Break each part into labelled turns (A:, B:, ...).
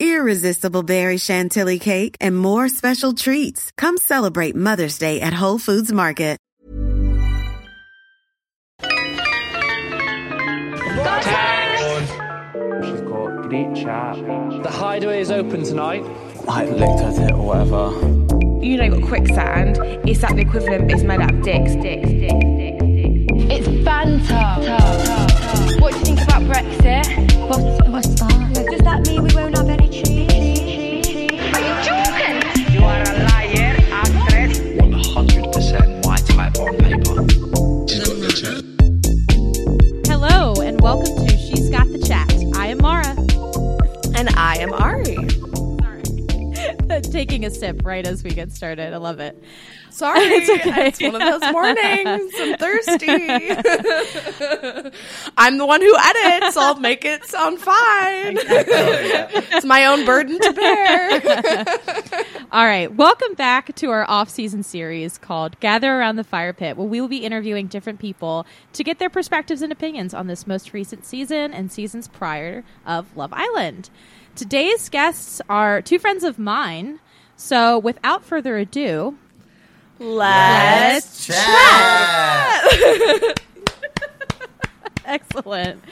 A: irresistible berry chantilly cake, and more special treats. Come celebrate Mother's Day at Whole Foods Market.
B: She's got great chat.
C: The hideaway is open tonight.
D: I haven't licked her tit or whatever.
E: you know, got quicksand. It's that the equivalent, but it's made out of dicks, dicks, dicks, dicks, dicks. It's banter. What do you think about Brexit? What's, what's that? Does that mean we won't have any cheese? Are you joking? You are a liar, actress.
D: 100% my type on paper. She's got the chat.
E: Hello, and welcome to She's Got the Chat. I am Mara.
F: And I am Ari.
E: Taking a sip right as we get started. I love it.
F: Sorry,
E: It's
F: it's,
E: okay.
F: one of those mornings. I'm thirsty. I'm the one who edits. I'll make it sound fine. Oh, it's my own burden to bear.
E: All right. Welcome back to our off season series called Gather Around the Fire Pit, where we will be interviewing different people to get their perspectives and opinions on this most recent season and seasons prior of Love Island. Today's guests are two friends of mine. So without further ado,
F: Let's
E: excellent.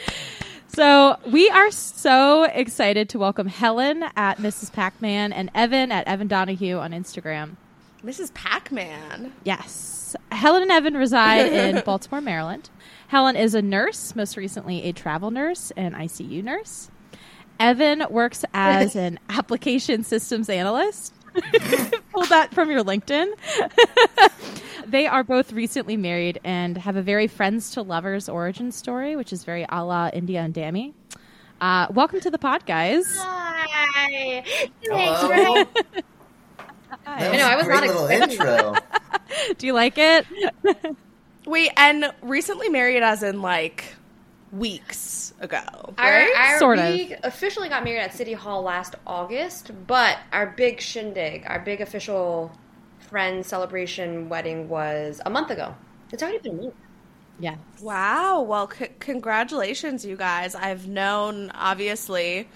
E: So we are so excited to welcome Helen at Mrs. Pac Man and Evan at Evan Donahue on Instagram.
F: Mrs. Pac-Man.
E: Yes. Helen and Evan reside in Baltimore, Maryland. Helen is a nurse, most recently a travel nurse and ICU nurse. Evan works as an application systems analyst. Pull that from your LinkedIn. they are both recently married and have a very friends to lovers origin story, which is very a la India and Dammy. Uh, welcome to the pod, guys.
A: Hi.
D: Hello. I know, I was not little intro.
E: Do you like it?
F: Wait, and recently married as in like weeks ago.
C: Our,
F: Right?
C: our-
E: Sort
C: we officially got married at City Hall last August, but our big shindig, our big official friend celebration wedding was a month ago. It's already been a month.
E: Yeah.
F: Wow. Well, c- congratulations, you guys. I've known, obviously,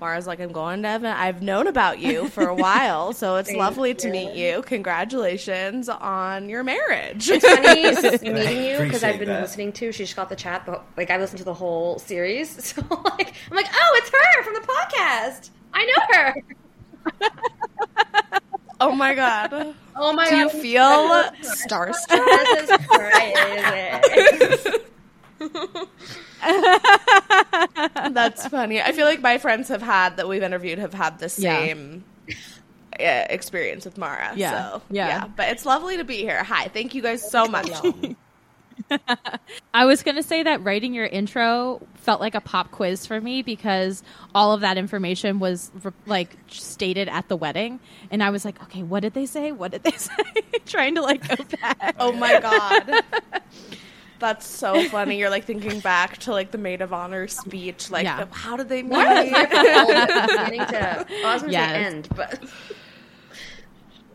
F: Mara's like, I'm going to Evan. I've known about you for a while, so it's lovely to meet you. Congratulations on your marriage.
C: It's funny s- meeting you because
D: Appreciate
C: I've been
D: that.
C: listening to. She's got the chat, but like I listened to the whole series, so like I'm like, oh, it's her from the podcast. I know her.
F: oh my God.
C: Oh my
F: Do you
C: god!
F: feel starstruck?
C: Jesus Christ.
F: That's funny. I feel like my friends have had that we've interviewed have had the
E: Yeah.
F: same uh, experience with Mara.
E: Yeah.
F: So,
E: Yeah.
F: But it's lovely to be here. Hi. Thank you guys so much.
E: I was going to say that writing your intro felt like a pop quiz for me because all of that information was re- like stated at the wedding. And I was like, okay, what did they say? What did they say? Trying to like go back.
F: Oh my god. That's so funny. You're like thinking back to like the maid of honor speech. Like,
E: Yeah.
F: the- how did they meet?
C: Why was I from beginning to? I was going to
E: Yes.
C: say end, but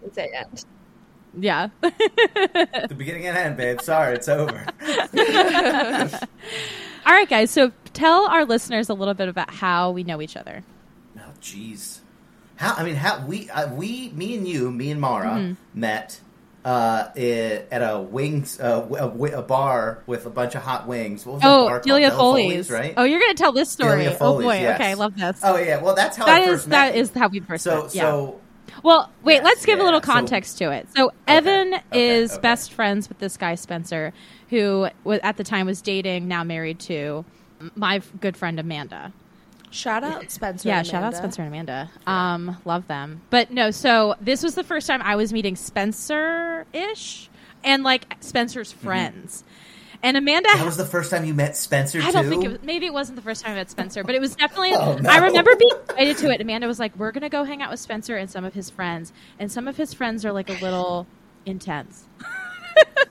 C: it's say end.
E: Yeah.
D: the beginning and end, babe. Sorry, it's over.
E: All right, guys. So tell our listeners a little bit about how we know each other.
D: Oh, jeez. How I mean, how we uh, we me and you, me and Mara
E: Mm-hmm.
D: met uh, i- at a wings uh, w- a, w- a bar with a bunch of hot wings. What was that bar
E: Oh,
D: called?
E: Delia
D: Bella
E: Foley's.
D: right?
E: Oh, you're gonna tell this story.
D: Delia
E: oh
D: Foley's,
E: boy.
D: yes.
E: Okay, I love this.
D: Oh yeah. Well, that's how
E: That
D: I
E: is
D: first met.
E: that is how we first
D: so
E: met. Yeah.
D: so
E: Well, wait, let's give a
D: yeah,
E: little
D: so-
E: context to it. So Evan
D: okay,
E: is
D: okay.
E: best friends with this guy Spencer, who wa at the time was dating, now married to m- my f- good friend Amanda.
F: Shout out Spencer.
E: yeah,
F: and
E: shout out
F: Amanda.
E: Spencer and Amanda. Um, love them. But no, so this was the first time I was meeting Spencer ish and like Spencer's friends. And Amanda
D: Mm-hmm. that was the first time you met Spencer
E: I
D: too.
E: don't think it was, maybe it wasn't the first time I met Spencer, but it was definitely.
D: Oh, no.
E: I remember being invited to it. Amanda was like, "We're gonna go hang out with Spencer and some of his friends, and some of his friends are like a little intense."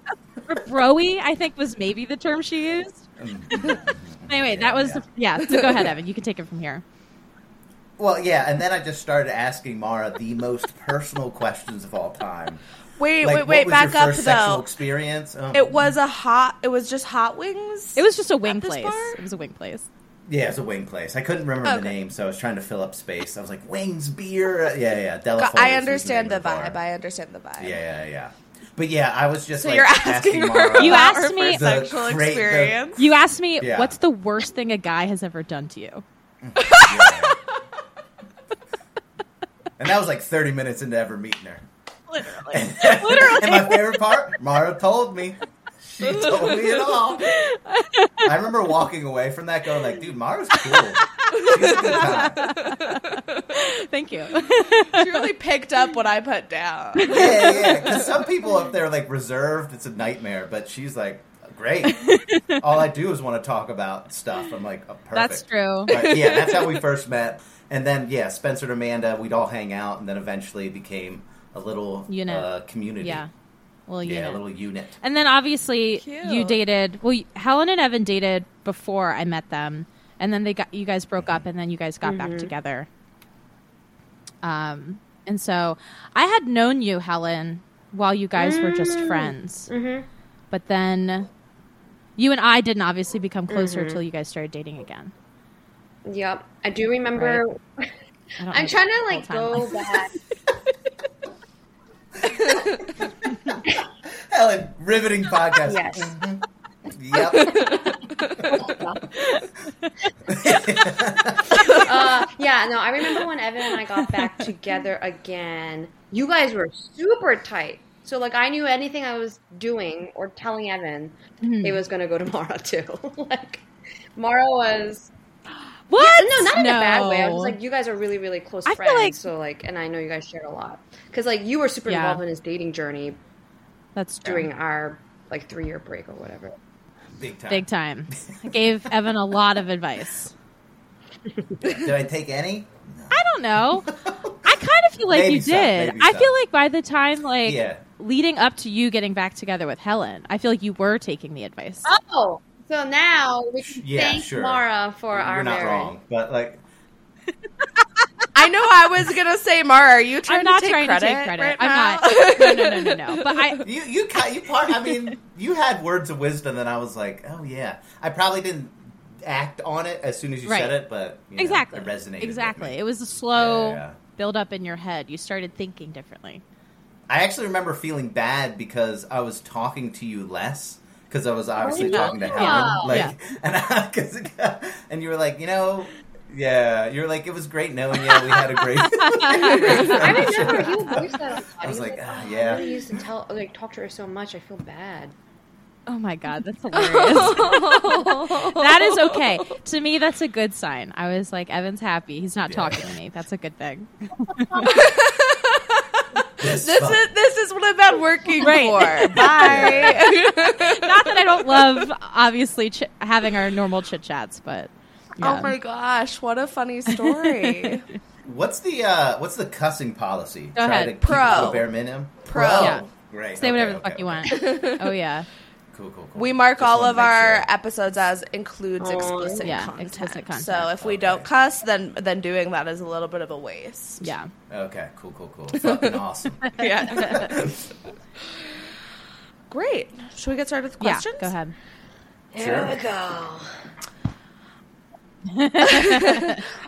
E: Broy, I think, was maybe the term she used.
D: Mm.
E: anyway, that was yeah. So go ahead, Evan. You can take it from here.
D: Well, yeah, and then I just started asking Mara the most personal questions of all time.
F: Wait, wait,
D: Like,
F: wait.
D: what was
F: Back
D: your
F: up
D: first Sexual
F: though.
D: experience. Oh,
F: It was a hot. It was just hot wings.
E: It was just a wing
F: At this
E: place.
F: bar?
E: It was a wing place.
D: Yeah, it's a wing place. I couldn't remember the
F: Okay.
D: name, so I was trying to fill up space. I was like, wings, beer. Yeah, yeah. Delafoe's
F: God,
D: was
F: I
D: name
F: understand the
D: of bar.
F: vibe. I understand the vibe.
D: Yeah, yeah, yeah. But yeah, I was just
F: So
D: like
F: you're asking
D: asking
F: her.
D: Mara,
E: You
F: about
E: asked
F: her
E: me-
F: first
D: The
F: sexual
D: great- the-
F: experience.
E: You asked me,
D: Yeah.
E: "What's the worst thing a guy has ever done to you?"
D: and that was like 30 minutes into ever meeting her.
E: Literally.
D: And my favorite part, Mara told me. She told me it all. I remember walking away from that going like, dude, Mara's cool. She's a good time.
E: Thank you.
F: she really picked up what I put down.
D: Yeah, yeah. Because some people up there are like reserved. It's a nightmare. But she's like, great. All I do is want to talk about stuff. I'm like, oh, perfect.
E: That's true.
D: But yeah, that's how we first met. And then, yeah, Spencer and Amanda, we'd all hang out. And then eventually became a little
E: Unit.
D: uh, community.
E: Yeah. Well, you
D: Yeah,
E: know.
D: a little unit.
E: And then obviously
F: Cute.
E: you dated. Well, you- Helen and Evan dated before I met them, and then they got you guys broke up, and then you guys got
G: Mm-hmm.
E: back together. Um, and so I had known you, Helen, while you guys were just friends. Mm-hmm. But then you and I didn't obviously become closer until you guys started dating again.
G: Yep, Mm-hmm. I do remember.
E: I don't
G: I'm
E: know
G: trying
E: the
G: to like
E: whole
G: go
E: timeline.
G: back.
D: Helen, riveting podcast.
G: Yes. Mm-hmm.
D: Yep.
G: Uh, yeah, no, I remember when Evan and I got back together again. You guys were super tight. So like I knew anything I was doing or telling Evan,
E: Mm-hmm.
G: it was gonna go to Mara too. like Mara was
E: What?
G: no, not in a bad way. I was like, you guys are really, really close
E: I feel
G: friends.
E: like-
G: so like, and I know you guys shared a lot because like you were super
E: Yeah.
G: involved in his dating journey
E: that's true.
G: during our like three year break or whatever.
D: Big time.
E: Big time. I gave Evan a lot of advice.
D: Did I take any?
E: I don't know. I kind of feel like
D: Maybe
E: you
D: so,
E: did.
D: maybe
E: I
D: so.
E: feel like by the time like
D: Yeah.
E: leading up to you getting back together with Helen, I feel like you were taking the advice.
G: Oh, so now we can
D: Yeah,
G: thank
D: sure.
G: Mara for our
D: You're not
G: marriage.
D: wrong, but like,
F: I know I was gonna say, Mara, are you trying
E: I'm not
F: to take
E: trying
F: credit?
E: to take credit.
F: right
E: I'm
F: now?
E: not. No, no, no, no, no. But I,
D: you, you, ca- you part. I mean, you had words of wisdom, and I was like, oh yeah. I probably didn't act on it as soon as you
E: Right.
D: said it, but you know,
E: exactly.
D: it resonated. with
E: Exactly.
D: me.
E: It was a slow
D: Yeah.
E: build up in your head. You started thinking differently.
D: I actually remember feeling bad because I was talking to you less because I was obviously
G: yeah.
D: talking to Helen, like,
E: Oh, Yeah.
D: and I, cause, and you were like, you know, yeah, you're like, it was great knowing you. We had a great.
G: I remember he would voice that a lot. He
D: I was like,
G: "Oh,
D: ah,
G: I
D: yeah.
G: really used to tell, like, talk to her so much. I feel bad.
E: Oh my god, that's hilarious. that is okay. To me, that's a good sign. I was like, Evan's happy. He's not talking to me. That's a good thing.
D: This,
F: This
D: fuck.
F: is this is what I'm not working
E: Right.
F: for. Bye.
E: not that I don't love, obviously, ch- having our normal chit chats, but yeah.
F: Oh my gosh, what a funny story.
D: What's the uh, what's the cussing policy? Try
E: Go ahead.
D: To keep
F: Pro.
D: it to a bare minimum.
F: Pro.
E: Yeah.
D: Great.
E: Uh, say
D: Okay,
E: whatever the
D: okay,
E: fuck you
D: okay.
E: want. oh yeah,
G: Cool, cool, cool.
D: We mark
G: Just
D: all
G: wanna
D: of
G: make
D: our
G: sure.
D: episodes as includes explicit,
F: Yeah,
D: content.
F: explicit
D: So
F: content.
D: if we don't cuss, then then doing that is a little bit of a waste.
F: Yeah.
G: Okay, cool, cool, cool. Fucking awesome.
D: Yeah. Great. Should we get started with questions?
F: Yeah. Go ahead.
E: Here we go.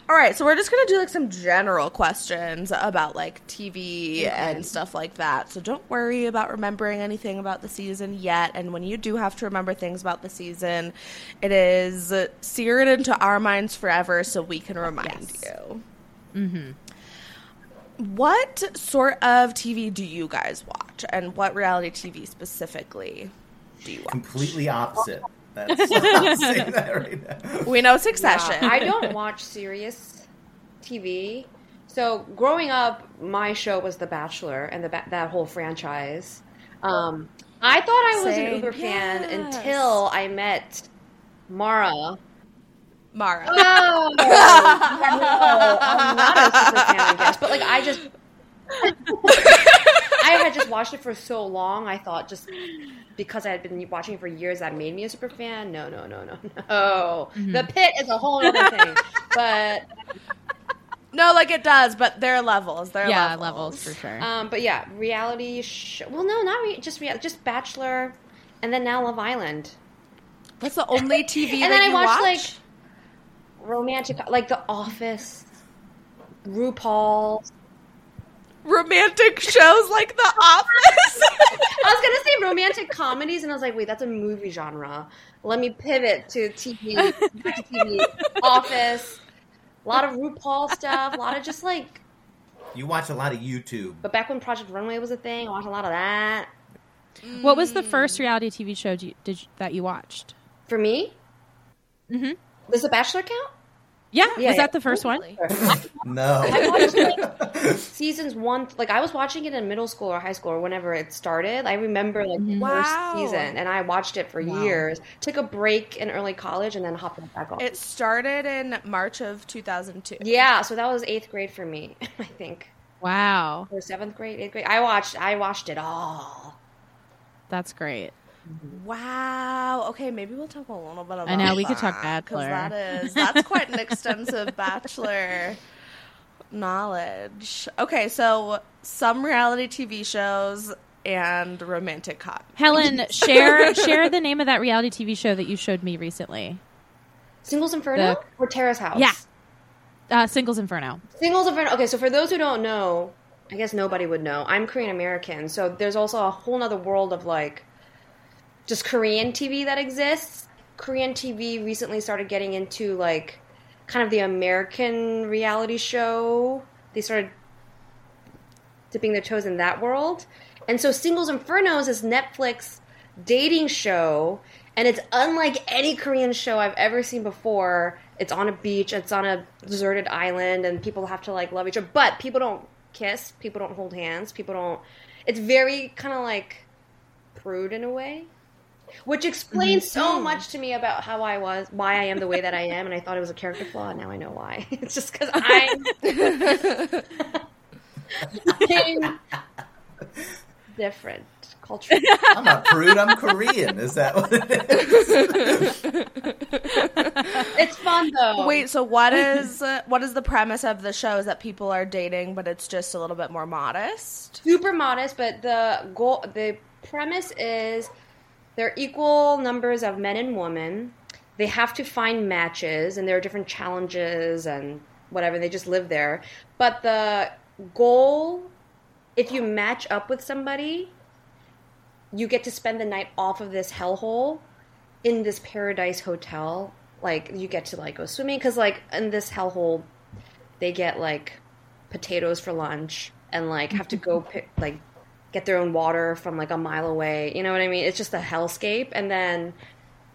D: All right, so we're just gonna do like some general questions about like TV and stuff like that. So don't worry about remembering anything about the season yet. And when you do have to remember things about the season, it is seared into our minds forever, so we can remind you. Mm-hmm. What sort of TV do you guys watch, and what reality TV specifically do you watch?
G: Completely opposite. That's I'm saying that right now.
D: We know Succession.
E: I don't watch serious TV. So growing up, my show was The Bachelor and the ba- that whole franchise. Um, I thought I was
D: Same.
E: an Uber fan
D: Yes.
E: until I met Mara.
D: Mara.
E: Oh, no, I'm not a super fan, I guess. But like, I just, I had just watched it for so long. I thought just because I had been watching it for years, that made me a super fan. No, no, no, no,
D: Oh.
E: no.
D: Mm-hmm.
E: The pit is a whole other thing. But,
D: No, like it does, but there are levels. There are
F: Yeah,
D: levels.
F: levels for sure.
E: um, but yeah, reality. Sh- well, no, not re- just reality, just Bachelor, and then now Love Island.
D: That's the only TV
E: and
D: that
E: then I
D: you
E: watched
D: watch?
E: like romantic, like The Office, RuPaul.
D: romantic shows like The Office.
E: I was gonna say romantic comedies, and I was like, wait, that's a movie genre. Let me pivot to TV, back to TV, Office. A lot of RuPaul stuff. A lot of just like,
G: You watch a lot of YouTube.
E: but back when Project Runway was a thing, I watched a lot of that.
F: What was the first reality TV show do you, did you, that you watched?
E: For me, mm-hmm. does The Bachelor count?
F: Yeah,
E: Yeah,
F: was
E: yeah.
F: that the first one?
G: No.
E: I watched like seasons one. Like I was watching it in middle school or high school or whenever it started. I remember like
F: Mm-hmm.
E: the
D: Wow.
E: first season, and I watched it for years. Took a break in early college, and then hopped back on.
D: It started in March of 2002.
E: yeah, so that was eighth grade for me, I think,
F: Wow,
E: or seventh grade, eighth grade. I watched, I watched it all.
F: that's great.
D: Wow. Okay, maybe we'll talk a little bit about.
F: I know, we could talk
D: that, 'cause
F: Bachelor.
D: That is that's quite an extensive bachelor knowledge. Okay, so some reality TV shows and romantic cop.
F: Helen, share share the name of that reality TV show that you showed me recently.
E: Singles Inferno
F: The-
E: or Terrace House?
F: Yeah. Uh, Singles Inferno.
E: Singles Inferno. Okay, so for those who don't know, I guess nobody would know. I'm Korean American, so there's also a whole nother world of like just Korean TV that exists. Korean TV recently started getting into like kind of the American reality show. They started dipping their toes in that world. And so Singles Inferno is this Netflix dating show, and it's unlike any Korean show I've ever seen before. It's on a beach, it's on a deserted island, and people have to like love each other. But people don't kiss, people don't hold hands, people don't. It's very kind of like prude in a way. Which explains so much to me about how I was, why I am the way that I am, and I thought it was a character flaw. and Now I know why. It's just because I'm something different culture.
G: I'm not prude, I'm Korean. Is that what it is?
E: It's fun though.
D: Wait, so what is uh, what is the premise of the show? Is that people are dating, but it's just a little bit more modest?
E: super modest, but the goal, the premise is they're equal numbers of men and women. They have to find matches, and there are different challenges and whatever. They just live there, but the goal, if you match up with somebody, you get to spend the night off of this hellhole in this paradise hotel. Like you get to like go swimming because like in this hellhole, they get like potatoes for lunch and like have to go pick like get their own water from like a mile away. You know what I mean? It's just a hellscape. And then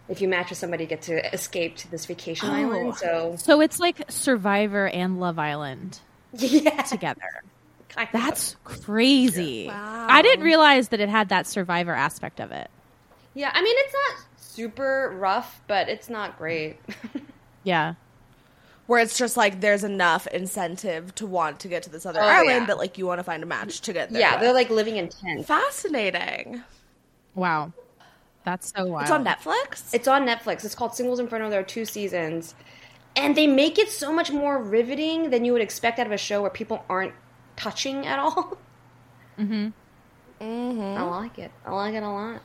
E: if you match with somebody, you get to escape to this
D: Oh.
E: vacation island. So
F: So it's like Survivor and Love Island
E: yeah,
F: together.
E: kind of.
F: That's crazy. I didn't realize that it had that Survivor aspect of it.
E: yeah. I mean, it's not super rough, but it's not great.
F: Yeah.
D: where it's just like there's enough incentive to want to get to this other
E: Oh,
D: island
E: yeah.
D: that like you want to find a match to get there.
E: yeah,
D: with.
E: they're like living in tents.
D: fascinating.
F: Wow. That's so wild.
E: It's on Netflix.
H: It's on Netflix. It's called Singles Inferno. There are two seasons. And they make it so much more riveting than you would expect out of a show where people aren't touching at all. Mm-hmm. I like it. I like it a lot.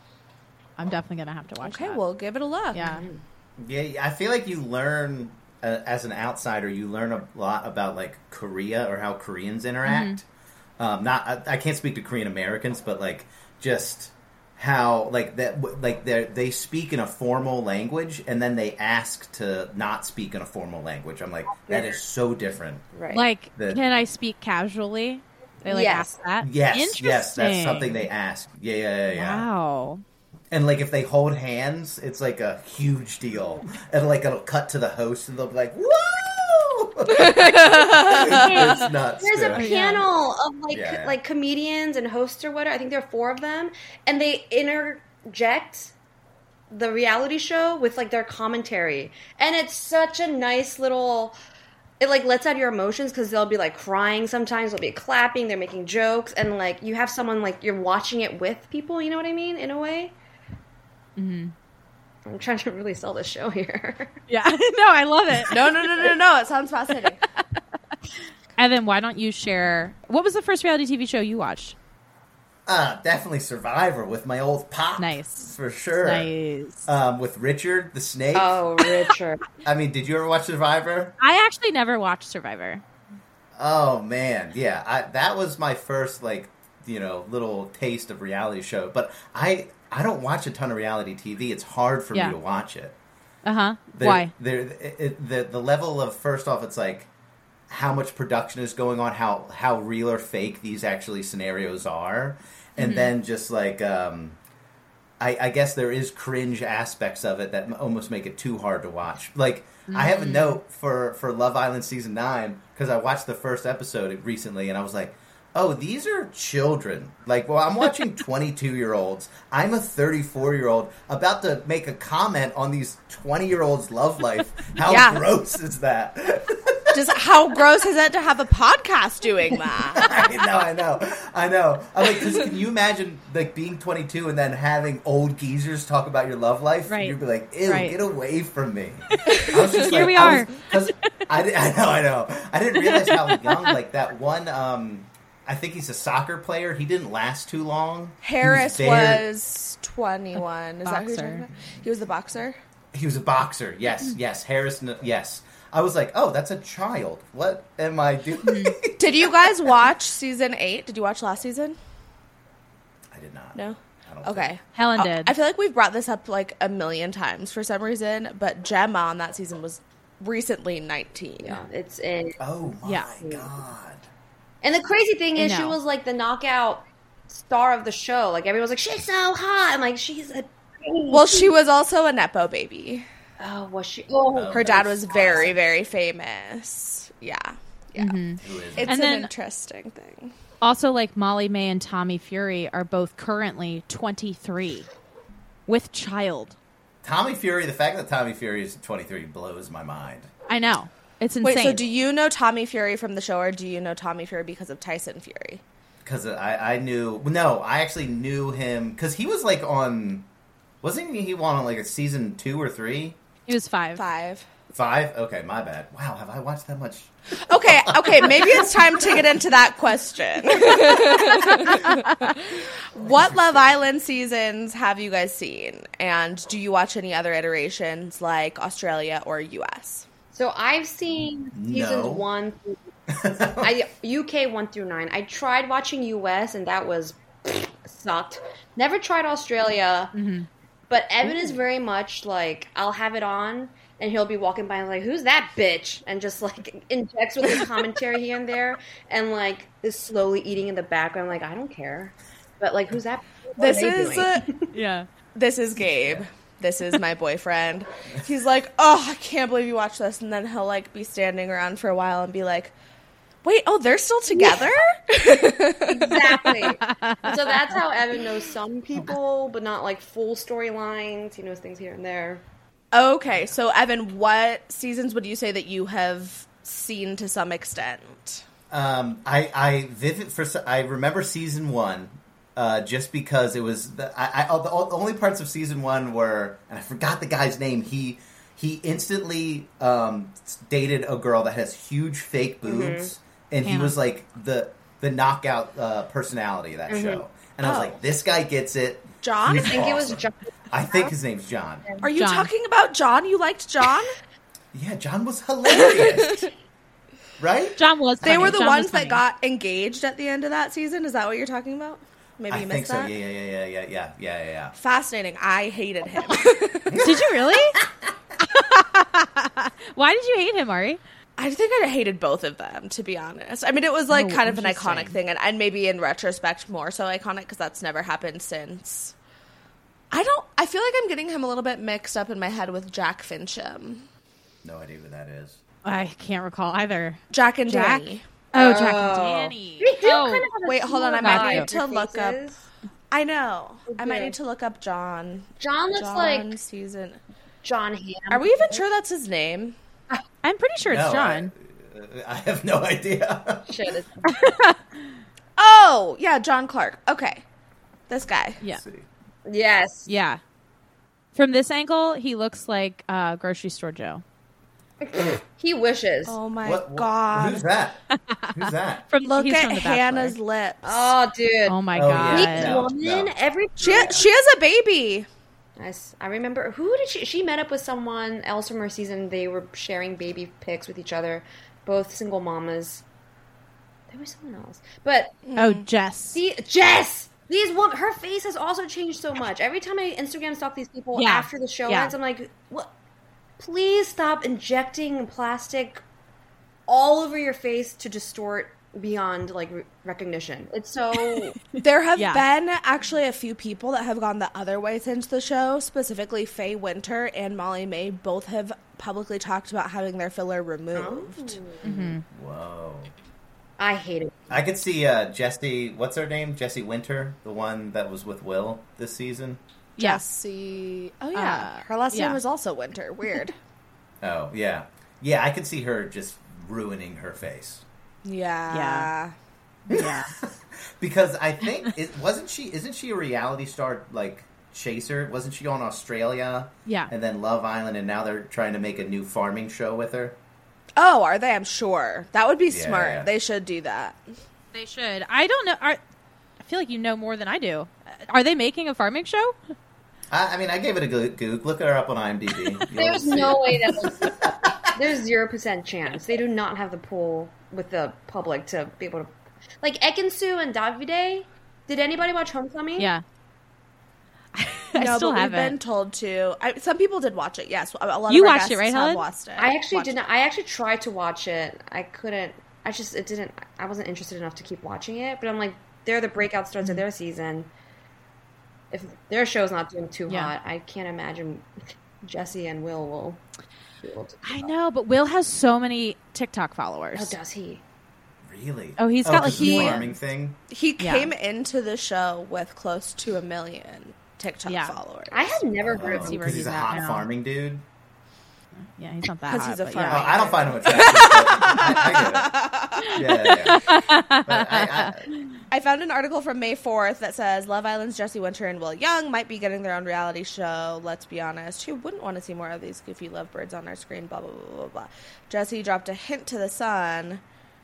F: I'm definitely gonna have to watch.
E: Okay,
F: that.
E: we'll give it a look.
F: yeah.
D: Yeah, I feel like you learn uh, as an outsider, you learn a lot about like Korea or how Koreans interact.
F: Mm-hmm.
D: Um, not, I, I can't speak to Korean Americans, but like just how like that w- like they they speak in a formal language and then they ask to not speak in a formal language. I'm like that is so different.
H: Right.
F: Like,
D: The-
F: can I speak casually? They like
H: Yes.
F: ask that.
D: Yes,
F: Interesting.
D: yes, that's something they ask. Yeah, yeah, yeah, yeah.
F: Wow.
D: And like if they hold hands, it's like a huge deal. And like it'll cut to the host, and they'll be like, "Woo!" it's nuts.
H: There's a
D: dude.
H: panel of like
D: Yeah.
H: like comedians and hosts or whatever. I think there are four of them, and they interject the reality show with like their commentary, and it's such a nice little. It like lets out your emotions because they'll be like crying sometimes, they'll be clapping, they're making jokes, and like you have someone like you're watching it with people. You know what I mean? In a way. Mm-hmm. I'm trying to really sell this show here.
F: Yeah. no, I love it.
E: No, no, no, no, no. It sounds fascinating.
F: Evan, why don't you share? What was the first reality TV show you watched?
D: Uh, definitely Survivor with my old pop.
F: Nice.
D: for sure.
F: Nice.
D: Um, with Richard the Snake.
H: Oh, Richard.
D: I mean, did you ever watch Survivor?
F: I actually never watched Survivor.
D: Oh man, yeah. I, that was my first like you know little taste of reality show. But I I don't watch a ton of reality TV. It's hard for
F: Yeah.
D: me to watch it.
F: Uh huh.
D: They're-
F: Why?
D: they're- it- it- the the level of first off, it's like how much production is going on, how how real or fake these actually scenarios are, and then just like um, I, I guess there is cringe aspects of it that m- almost make it too hard to watch. Like I have a note for for Love Island season nine because I watched the first episode recently and I was like. Oh, these are children. Like, well, I'm watching 22 year olds. I'm a 34 year old about to make a comment on these 20 year olds' love life. How
E: Yeah.
D: gross is that?
E: Just how gross is it to have a podcast doing that?
D: I know, I know, I know. I'm like, 'cause can you imagine like being 22 and then having old geezers talk about your love life?
F: Right.
D: You'd be like, ew,
F: Right.
D: get away from me. I was just
F: Here we
D: I
F: are.
D: was- 'cause I, di- I know, I know. I didn't realize how young. Like that one. um I think he's a soccer player. He didn't last too long. He was
E: Harris
D: very-
E: was 21. Is that who you're talking
F: Boxer.
E: about? He was the boxer.
D: He was a boxer. Yes,
F: Mm-hmm.
D: yes. Harris. kn- Yes. I was like, oh, that's a child. What am I doing?
F: Mm-hmm.
E: Did you guys watch season eight? Did you watch last season?
D: I did not.
E: No.
D: I don't think-
E: Okay.
F: Helen
E: Uh,
F: did.
E: I feel like we've brought this up like a million times for some reason, but Gemma on that season was recently 19.
H: Yeah, it's in.
D: Oh my
F: Yeah.
D: god.
H: And the crazy thing is,
F: I
H: she
F: know.
H: was like the knockout star of the show. Like everyone was like, "She's so hot." I'm like, "She's a
E: Well, she was also a nepo baby.
H: oh, was she? Oh,
E: Her dad was very, very famous. Yeah. Yeah.
D: Who is
E: It's
F: Mm-hmm. And
E: an
F: then-
E: interesting thing.
F: also, like Molly May and Tommy Fury are both currently 23 with child.
D: Tommy Fury, the fact that Tommy Fury is 23 blows my mind.
F: I know. It's insane.
E: Wait, so do you know Tommy Fury from the show, or do you know Tommy Fury because of Tyson Fury?
D: Because I, I knew, no, I actually knew him because he was like on, wasn't he on like a season two or three?
F: he was five.
E: Five.
D: Five? Okay, my bad. Wow, have I watched that much?
E: Okay, okay, maybe it's time to get into that question. what Love Island seasons have you guys seen? And do you watch any other iterations like Australia or US?
H: So I've seen seasons
D: No.
H: one, through, I UK one through nine. I tried watching US, and that was sucked. Never tried Australia,
F: Mm-hmm.
H: but Evan is very much like I'll have it on, and he'll be walking by and like, "Who's that bitch?" and just like injects with his commentary here and there, and like is slowly eating in the background. Like I don't care, but like, who's that? what are
E: This
H: they
E: is
H: doing?"
E: uh,
F: Yeah.
E: this is Gabe. This is my boyfriend. He's like, "Oh, I can't believe you watched this." And then he'll like be standing around for a while and be like, "Wait, oh, they're still together?"
H: Exactly. so that's how Evan knows some people, but not like full storylines. He knows things here and there.
E: Okay, so Evan, what seasons would you say that you have seen to some extent?
D: Um, I, I vivid for, s- I remember season one. uh, just because it was the, I, I, all- the, all, the only parts of season one were, and I forgot the guy's name. He he instantly um, dated a girl that has huge fake
E: Mm-hmm.
D: boobs, and he
F: Hannah.
D: was like the the knockout uh, personality of that show. And I was
E: Oh.
D: like, this guy gets it.
E: John?
D: He's
E: I
H: think it was
D: awesome.
H: John.
D: I think his name's John.
E: Are you
F: John.
E: talking about John? You liked John?
D: Yeah, John was hilarious. right?
F: John was.
E: They
F: funny.
E: were the
F: John was
E: ones that
F: funny.
E: got engaged at the end of that season. Is that what you're talking about? Maybe
D: I
E: you
D: think
E: missed
D: so.
E: that.
D: Yeah, yeah, yeah, yeah, yeah, yeah, yeah, yeah.
E: Fascinating. I hated him.
F: Did you really? Why did you hate him, Ari?
E: I think I hated both of them, to be honest. I mean, it was like
F: Oh,
E: kind of an
F: interesting.
E: iconic thing, and, and maybe in retrospect, more so iconic because that's never happened since. I don't. I feel like I'm getting him a little bit mixed up in my head with Jack Fincham,
D: No idea who that is.
F: I can't recall either.
E: Jack and
F: Jack?
E: Danny.
F: Oh, Jack and Danny.
H: They do
F: oh,
H: kind of have a
E: Wait, hold on, I
H: similar
E: might
H: vibe
E: need to
H: to
E: look up-
H: Faces.
E: I know. I might
H: Okay.
E: need to look up John.
H: John looks
E: John
H: like
E: season.
H: John Hamm.
E: Are we even sure that's his name?
F: I'm pretty sure it's
D: No,
F: John.
D: I, I have no idea.
H: Shit, it's-
E: Oh, yeah, John Clark. Okay, this guy.
F: yeah.
D: Let's see.
H: yes.
F: Yeah. From this angle, he looks like uh, grocery store Joe.
H: He wishes. Oh,
E: Oh my
D: What- wh-
E: god!
D: Who's that? Who's that?
F: From
E: Look
F: he's
E: at
F: from The Bachelor.
E: Hannah's lips.
H: dude.
F: Oh my
D: Oh,
F: god.
D: yeah.
H: Meet
D: No,
H: woman
D: no.
H: every
E: She she has a baby.
H: I, s- I remember who did she she met up with someone else from her season they were sharing baby pics with each other both single mamas there was someone else but
F: Oh, Jess.
H: see jess these women her face has also changed so much every time i instagram stalk these people
F: Yeah.
H: after the show
F: Yeah.
H: ends i'm like what please stop injecting plastic all over your face to distort beyond like re- recognition it's so
E: There have
F: Yeah.
E: been actually a few people that have gone the other way since the show. Specifically, Faye Winter and Molly May both have publicly talked about having their filler removed.
H: Oh.
D: Whoa.
H: i hate it
D: I could see uh, Jesse. What's her name? Jesse Winter, the one that was with Will this season.
F: Yes.
E: Jesse. Oh yeah, her last
F: yeah.
E: name was also Winter. Weird.
D: Oh yeah, yeah. I could see her just ruining her face
E: yeah.
F: Yeah. Yeah.
D: because I think it wasn't she. Isn't she a reality star like chaser? Wasn't she on Australia?
F: Yeah.
D: and then Love Island, and now they're trying to make a new farming show with her.
E: Oh, are they? I'm sure that would be
D: Yeah.
E: smart. They should do that.
F: They should. I don't know. Are, I feel like you know more than I do. Uh, Are they making a farming show?
D: I, I mean, I gave it a good goog. Look her up on IMDb. You'll
H: There's
D: see
H: no
D: it.
H: way that was, there's zero percent chance they do not have the pool with the public to be able to like Ekansu and Davide. Did anybody watch Homecoming?
F: Yeah. I
E: no,
F: still
E: but we've been
F: haven't.
E: told to. I, some people did watch it. Yes, a a lot
F: You
E: of our
F: watched it,
E: guests
F: right,
E: have
F: Helen?
E: watched it.
H: I actually
E: Watched
H: did not. I actually tried to watch it. I couldn't. I just it didn't. I wasn't interested enough to keep watching it. But I'm like, they're the breakout stars of their season. If their show's not doing too
F: Yeah.
H: hot, I can't imagine Jesse and Will will. Be able to
F: I know, but Will has so many TikTok followers.
H: Oh, does he?
D: Really?
F: Oh, he's got, like,
D: 'cause the
F: he-
D: farming thing.
E: He
F: Yeah.
E: came into the show with close to a million TikTok
F: Yeah.
E: followers.
H: I had never heard of
D: Oh,
F: see
H: him.
F: where
D: 'cause he's
F: he's
D: a
F: at
D: hot
F: now.
D: farming dude.
F: Yeah, he's not that.
E: 'Cause he's
F: hot,
E: a
F: but
E: farmer.
F: yeah.
D: Oh, I don't find him attractive. but I, I get it. Yeah, yeah,
E: Mm-hmm.
D: yeah. But I, I,
E: I found an article from May 4th that says Love Island's Jesse Winter and Will Young might be getting their own reality show. Let's be honest. Who wouldn't want to see more of these goofy lovebirds on our screen? Blah, blah, blah, blah, blah. Jesse dropped a hint to the sun.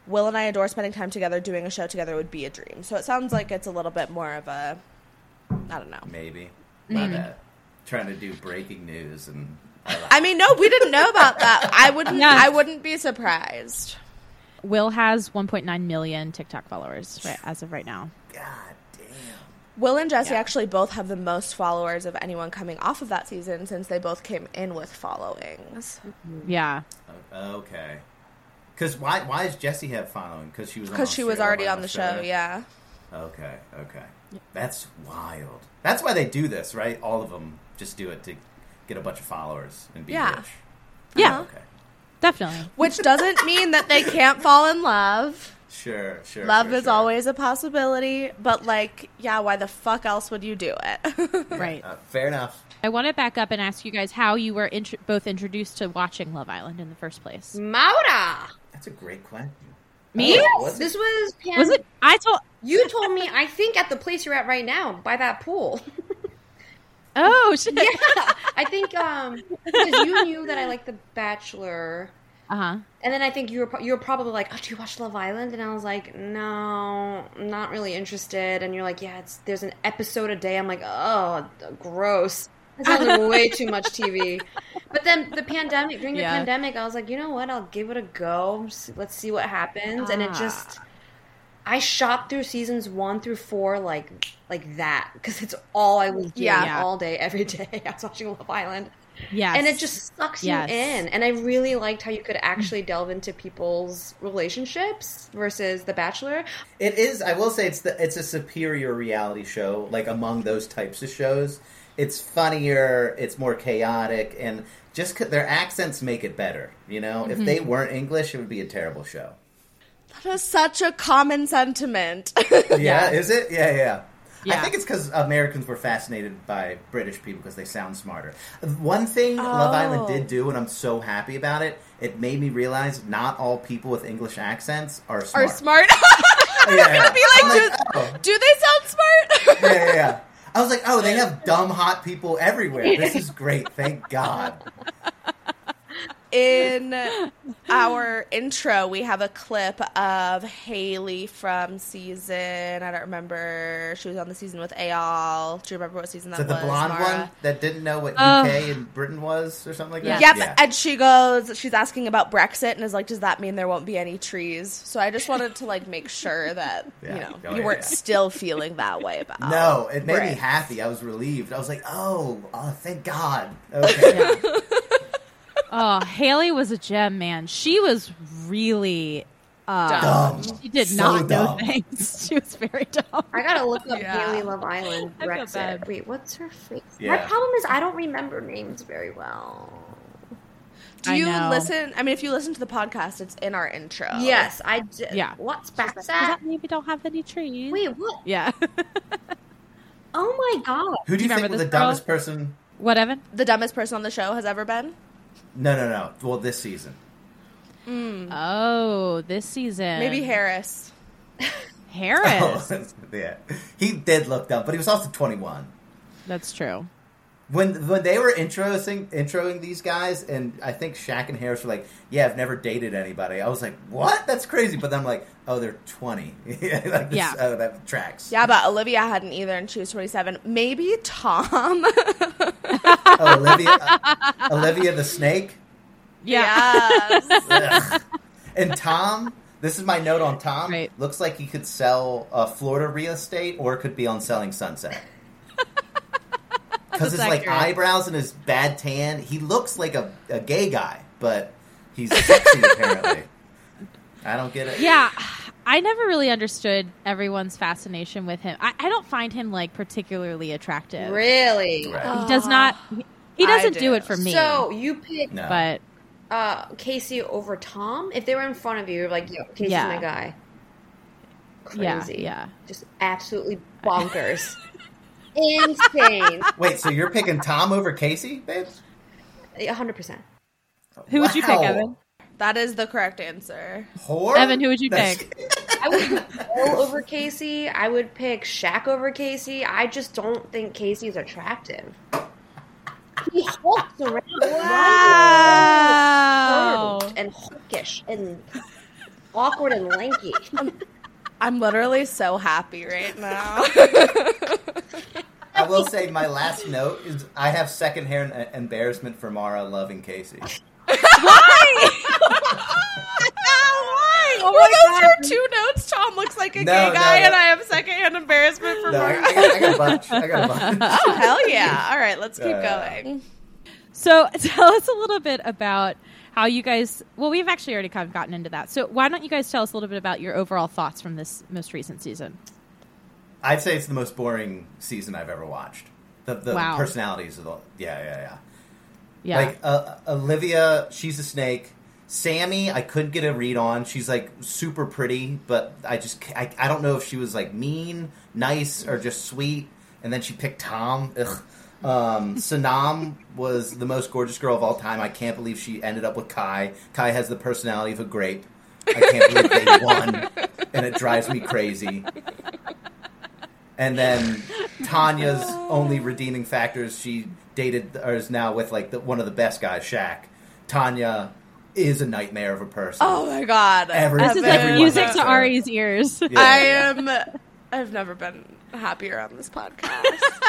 E: Will and I adore spending time together. Doing a show together would be a dream. So it sounds like it's a little bit more of a. I don't know.
D: maybe. My
E: Mm-hmm.
D: bad. Trying to do breaking news and. I laugh.
E: I mean, no, we didn't know about that. I wouldn't.
F: Yeah.
E: I wouldn't be surprised.
F: Will has 1.9 million TikTok followers right, as of right now.
D: God damn.
E: Will and Jesse actually both have the most followers of anyone coming off of that season since they both came in with followings.
F: Yeah.
D: O- Okay. Because why? Why does Jesse have following? Because she was
E: Because she was already on the show, yeah.
D: yeah. Okay. Okay. That's wild. That's why they do this, right? All of them just do it to get a bunch of followers and be
E: Yeah.
D: rich.
F: Yeah,
D: Okay.
F: definitely.
E: Uh-huh. Which doesn't mean that they can't fall in love.
D: Sure. Sure.
E: Love
D: sure,
E: is
D: sure.
E: always a possibility, but like, yeah, why the fuck else would you do it?
F: Right.
D: Uh, fair enough.
F: I want to back up and ask you guys how you were intro- both introduced to watching Love Island in the first place.
H: Maura.
D: That's a great question.
F: Me?
D: Oh, was it?
H: This was Pam.
F: Was it? I told
H: You told me, I think, at the place you're at right now, by that pool.
F: Oh shit.
H: yeah, I think um, because you knew that I liked The Bachelor,
F: Uh huh.
H: and then I think you were pro- you were probably like, "Oh, do you watch Love Island?" And I was like, "No, I'm not really interested." And you're like, "Yeah, it's there's an episode a day." I'm like, "Oh, gross." That sounds like way too much TV. But then the pandemic, during the
F: Yeah.
H: pandemic, I was like, you know what? I'll give it a go. S- Let's see what happens. And it
F: Ah,
H: just, I shot through seasons one through four like like that because it's all I was doing
E: Yeah.
H: all day, every day. I was watching Love Island.
F: Yes.
H: And it just sucks
F: Yes.
H: you in. And I really liked how you could actually delve into people's relationships versus The Bachelor.
D: It is. I will say it's the it's a superior reality show. Like among those types of shows, it's funnier. It's more chaotic, and just 'cause their accents make it better. You know, if they weren't English, it would be a terrible show.
E: That is such a common sentiment.
D: Yeah, is it? Yeah, yeah. I
F: Yeah.
D: think it's because Americans were fascinated by British people because they sound smarter. One thing Love Island did do, and I'm so happy about it, it made me realize not all people with English accents are smart.
E: Are smart?
D: Yeah, yeah, yeah.
E: Be
D: I'm
E: like, do,
D: oh.
E: do they sound smart?
D: yeah, yeah, yeah. I was like, oh, they have dumb hot people everywhere. This is great. Thank God.
E: in our intro, we have a clip of Haley from season. I don't remember. She was on the season with Ayal. Do you remember what season that
D: Is it the
E: was?
D: blonde
E: Mara?
D: one that didn't know what UK
F: Oh.
D: and Britain was or something like that?
E: Yep.
D: Yeah.
E: And she goes, she's asking about Brexit and is like, does that mean there won't be any trees? So I just wanted to like make sure that
D: Yeah.
E: you know
D: Oh,
E: you
D: yeah,
E: weren't
D: yeah.
E: still feeling that way about.
D: No, it made me
E: Brit.
D: happy. I was relieved. I was like, oh, oh thank God. Okay.
F: oh, Haley was a gem, man. She was really.
D: Dumb.
F: She did
D: So
F: not know
D: dumb.
F: things. She was very dumb.
H: I gotta look up
E: Yeah.
H: Haley Love Island
F: I feel bad.
H: Brexit. Wait, what's her face? My
D: Yeah.
H: problem is I don't remember names very well.
E: Do
F: I
E: you
F: know.
E: listen? I mean, if you listen to the podcast, it's in our intro.
H: Yes, I did.
F: Yeah.
H: What's
F: Does
H: Brexit?
F: that mean we don't have any trees?
H: Wait, what?
F: Yeah.
H: Oh my god.
D: Who do you,
F: You remember
D: think was the
F: this girl?
D: dumbest person?
F: what, Evan?
E: The dumbest person on the show has ever been.
D: No, no, no. Well, this season.
F: Oh, this season.
E: Maybe Harris.
F: Harris.
D: Oh, yeah. He did look dumb, but he was also 21.
F: That's true.
D: When when they were introing introing these guys, and I think Shaq and Harris were like, "Yeah, I've never dated anybody." I was like, "What? That's crazy!" But then I'm like, "Oh, they're 20. like this,
F: Yeah.
D: oh, that tracks.
E: Yeah, but Olivia hadn't either, and she was 27. Maybe Tom.
D: Oh, Olivia, uh, Olivia the snake,
E: Yes.
D: Ugh. and Tom. This is my note on Tom.
F: Right.
D: Looks like he could sell uh, Florida real estate, or could be on selling Sunset. Because his like
F: accurate.
D: eyebrows and his bad tan, he looks like a, a gay guy, but he's sexy apparently. I don't get it.
F: Yeah. I never really understood everyone's fascination with him. I, I don't find him like particularly attractive.
H: Really?
D: Right.
F: He does not. he- He
E: I
F: doesn't do.
E: do.
F: it for me.
H: So you picked
D: No.
F: but
H: uh, Casey over Tom? If they were in front of you, you're like, yo, Casey's
F: Yeah.
H: my guy.
F: Yeah,
H: Crazy.
F: yeah.
H: Just absolutely bonkers. Insane.
D: Wait, so you're picking Tom over Casey, babe?
H: 100%.
F: who would you pick,
D: Wow.
F: Evan?
E: that is the correct answer.
D: Whore?
F: Evan, who would you
D: That's-
F: pick?
H: I would pick Cole over Casey. I would pick Shaq over Casey. I just don't think Casey's attractive. He hulks around.
F: Wow.
H: Curved And hulkish and awkward and lanky.
E: I'm literally so happy right now.
D: I will say my last note is I have secondhand uh, embarrassment for Mara loving Casey.
E: Were those your two notes? Tom looks like a
D: No,
E: gay
D: no,
E: guy,
D: no.
E: and I have secondhand embarrassment for
D: No, I,
E: Mar-
D: I got, I got a bunch. I got a bunch.
E: Oh, hell yeah. All right, let's keep
D: Uh,
E: going.
F: So tell us a little bit about how you guys. Well, we've actually already kind of gotten into that. So why don't you guys tell us a little bit about your overall thoughts from this most recent season?
D: I'd say it's the most boring season I've ever watched. The, the
F: Wow.
D: personalities of the yeah yeah yeah.
F: Yeah.
D: Like uh, Olivia, she's a snake. Sammy, I couldn't get a read on. She's like super pretty, but I just I, I don't know if she was like mean, nice, or just sweet. And then she picked Tom. Ugh. Um, Sanam was the most gorgeous girl of all time. I can't believe she ended up with Kai. Kai has the personality of a grape. I can't believe they won. and it drives me crazy. And then Tanya's
E: Oh.
D: only redeeming factor is she dated or is now with like the, one of the best guys, Shaq. Tanya is a nightmare of a person.
E: Oh my god.
D: Every-
E: I've
F: This is
E: been-
F: like music
D: Everyone
F: to
D: does.
F: Ari's ears.
H: Uh,
D: Yeah.
E: I am. I've never been happier on this podcast.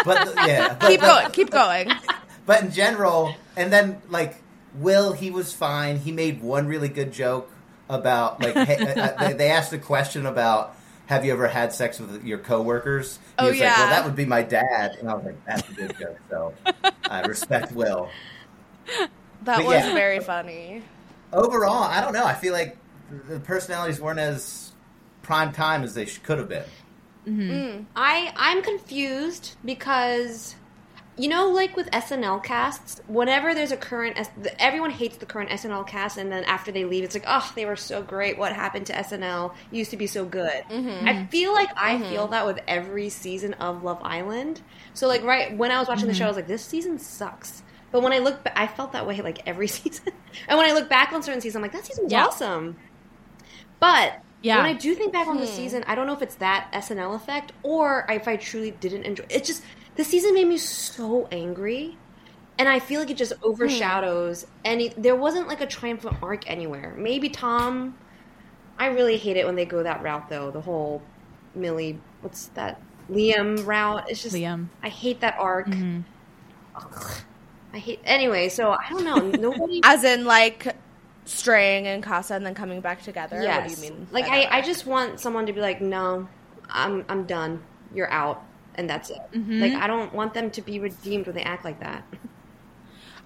D: But the- yeah, but,
E: keep
D: but-
E: going. Keep going.
D: But in general, and then like Will, he was fine. He made one really good joke about like hey, uh, uh, they- they asked a question about have you ever had sex with your coworkers? And
E: Oh,
D: he was like, well,
E: yeah.
D: that would be my dad, and I was like, that's a good joke. So I respect Will.
E: That
D: But
E: was
D: yeah.
E: very funny.
D: Overall, I don't know. I feel like the personalities weren't as prime time as they sh- could have been.
H: I I'm confused because you know like with SNL casts whenever there's a current S- the- everyone hates the current SNL cast and then after they leave it's like oh they were so great what happened to SNL used to be so good I feel like I feel that with every season of Love Island so like right when I was watching the
E: Mm-hmm.
H: show I was like this season sucks but when I look ba- I felt that way like every season and when I look back on certain seasons I'm like that season was
F: Yeah.
H: awesome but
F: Yeah.
H: when I do think back on the season, I don't know if it's that SNL effect or if I truly didn't enjoy. It just the season made me so angry, and I feel like it just
E: Hmm.
H: overshadows any. There wasn't like a triumphant arc anywhere. Maybe Tom. I really hate it when they go that route though. The whole Millie, what's that Liam route? It's just
F: Liam.
H: I hate that arc.
E: Mm-hmm.
H: Ugh. I hate anyway. So I don't know. Nobody.
E: As in, like straying in Casa and then coming back together. What do you mean?
H: Like
E: by
H: I,
E: that?
H: I just want someone to be like, no, I'm I'm done. You're out, and that's it. Like I don't want them to be redeemed when they act like that.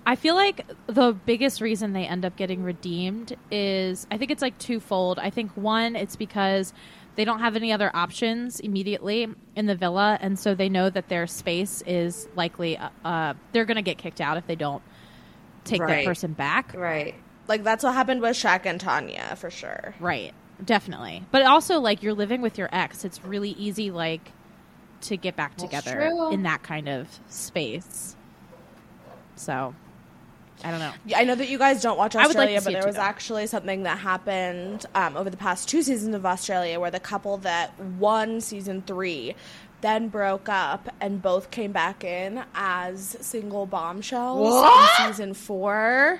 F: I feel like the biggest reason they end up getting redeemed is I think it's like twofold. I think one, it's because they don't have any other options immediately in the villa, and so they know that their space is likely uh, uh, they're going to get kicked out if they don't take that
H: Right.
F: person back.
H: Right.
E: like that's what happened with Shaq and Tanya for sure.
F: Right. Definitely. But also like you're living with your ex, it's really easy like to get back together
H: true.
F: in that kind of space. So I don't know.
E: Yeah, I know that you guys don't watch
F: I would like
E: Australia,
F: to see
E: but
F: it
E: there
F: too,
E: was
F: though.
E: actually something that happened um, over the past two seasons of Australia where the couple that won season three then broke up and both came back in as single bombshells in season four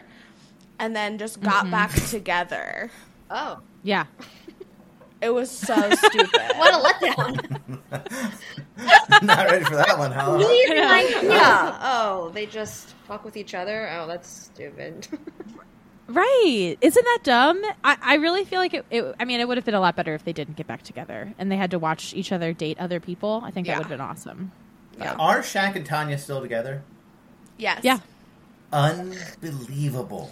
E: and then just got back together.
H: Oh,
F: Yeah.
E: It was so stupid.
H: what a letdown!
D: Not ready for that one, huh?
H: Amazing idea. Oh, they just fuck with each other. Oh, that's stupid.
F: Right. Isn't that dumb? I, I really feel like it, it. I mean, it would have been a lot better if they didn't get back together and they had to watch each other date other people. I think that
E: Yeah.
F: would have been awesome.
D: Are Shaq and Tanya still together?
E: Yes.
F: Yeah.
D: Unbelievable.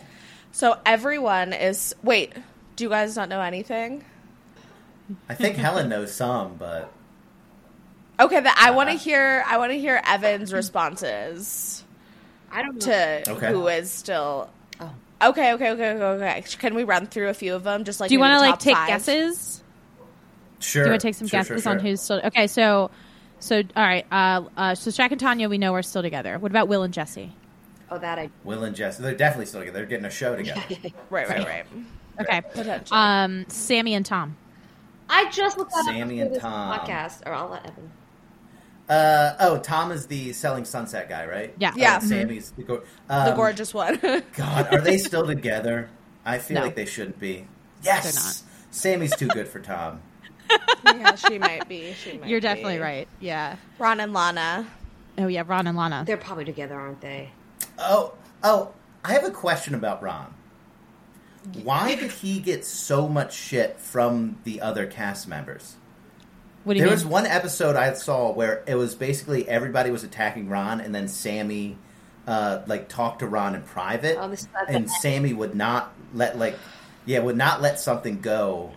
E: So everyone is. Wait, do you guys not know anything?
D: I think Helen knows some, but
E: Okay, that I want to hear. I want to hear Evan's responses
H: I don't know. Oh.
E: to
D: Okay.
E: who is still. Okay, okay, okay, okay, okay. Can we run through a few of them? Just like
F: Do you
E: maybe
F: want to
E: the
F: like
E: top
F: take
E: five?
F: guesses?
D: sure.
F: Do you want to take some
D: Sure, sure,
F: guesses on
D: sure.
F: who's still okay? So, so all right. Uh, uh, so Shaq and Tanya, we know are still together. What about Will and Jesse?
H: Oh, that I.
D: Will and Jess. They're definitely still together. They're getting a show together.
E: Right, right, right.
F: Okay.
E: Potentially.
F: Um, Sammy and Tom.
H: I just looked that up
D: Sammy
H: before
D: and
H: this
D: Tom.
H: podcast, or I'll let Evan.
D: Uh, oh, Tom is the selling sunset guy, right?
F: Yeah.
D: Oh,
E: Yeah.
D: Sammy's the, go-
E: the
D: um,
E: gorgeous one.
D: God, are they still together? I feel
F: No.
D: like they shouldn't be. Yes,
F: They're not.
D: Sammy's too good for Tom.
E: yeah, she might be. She might
F: You're
E: be.
F: definitely right. Yeah.
E: Ron and Lana.
F: Oh yeah, Ron and Lana.
H: They're probably together, aren't they?
D: Oh, oh, I have a question about Ron. Why did he get so much shit from the other cast members?
F: What do you
D: There
F: mean?
D: was one episode I saw where it was basically everybody was attacking Ron, and then Sammy, uh, like talked to Ron in private,
H: Oh, this is at the
D: and
H: end.
D: Sammy would not let like, yeah, would not let something go.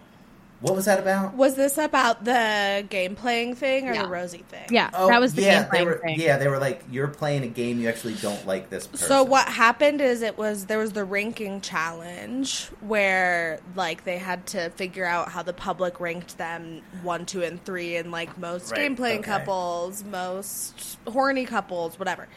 D: What was that about?
E: Was this about the game playing thing or
H: Yeah.
E: the Rosie thing?
F: yeah,
D: Oh,
F: that was the
D: yeah,
F: game
D: they
F: playing
D: were,
F: thing.
D: Yeah, they were like, "You're playing a game. You actually don't like this." Person.
E: So what happened is it was there was the ranking challenge where like they had to figure out how the public ranked them one, two, and three, and like most
D: Right,
E: game playing
D: okay.
E: couples, most horny couples, whatever.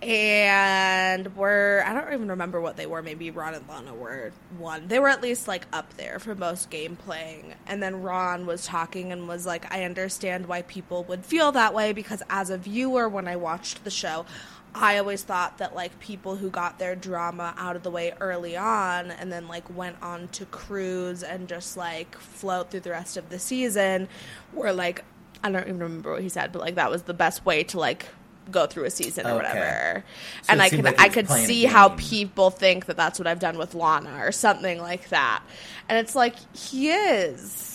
E: and were I don't even remember what they were. Maybe Ron and Lana were one. They were at least like up there for most game playing. And then Ron was talking and was like, "I understand why people would feel that way because as a viewer, when I watched the show." I always thought that like people who got their drama out of the way early on and then like went on to cruise and just like float through the rest of the season were like I don't even remember what he said, but like that was the best way to like go through a season or
D: Okay.
E: whatever.
D: So
E: and
D: it
E: I
D: seemed
E: could
D: like he
E: I
D: was
E: could
D: playing a
E: see how
D: game.
E: people think that that's what I've done with Lana or something like that. And it's like he is.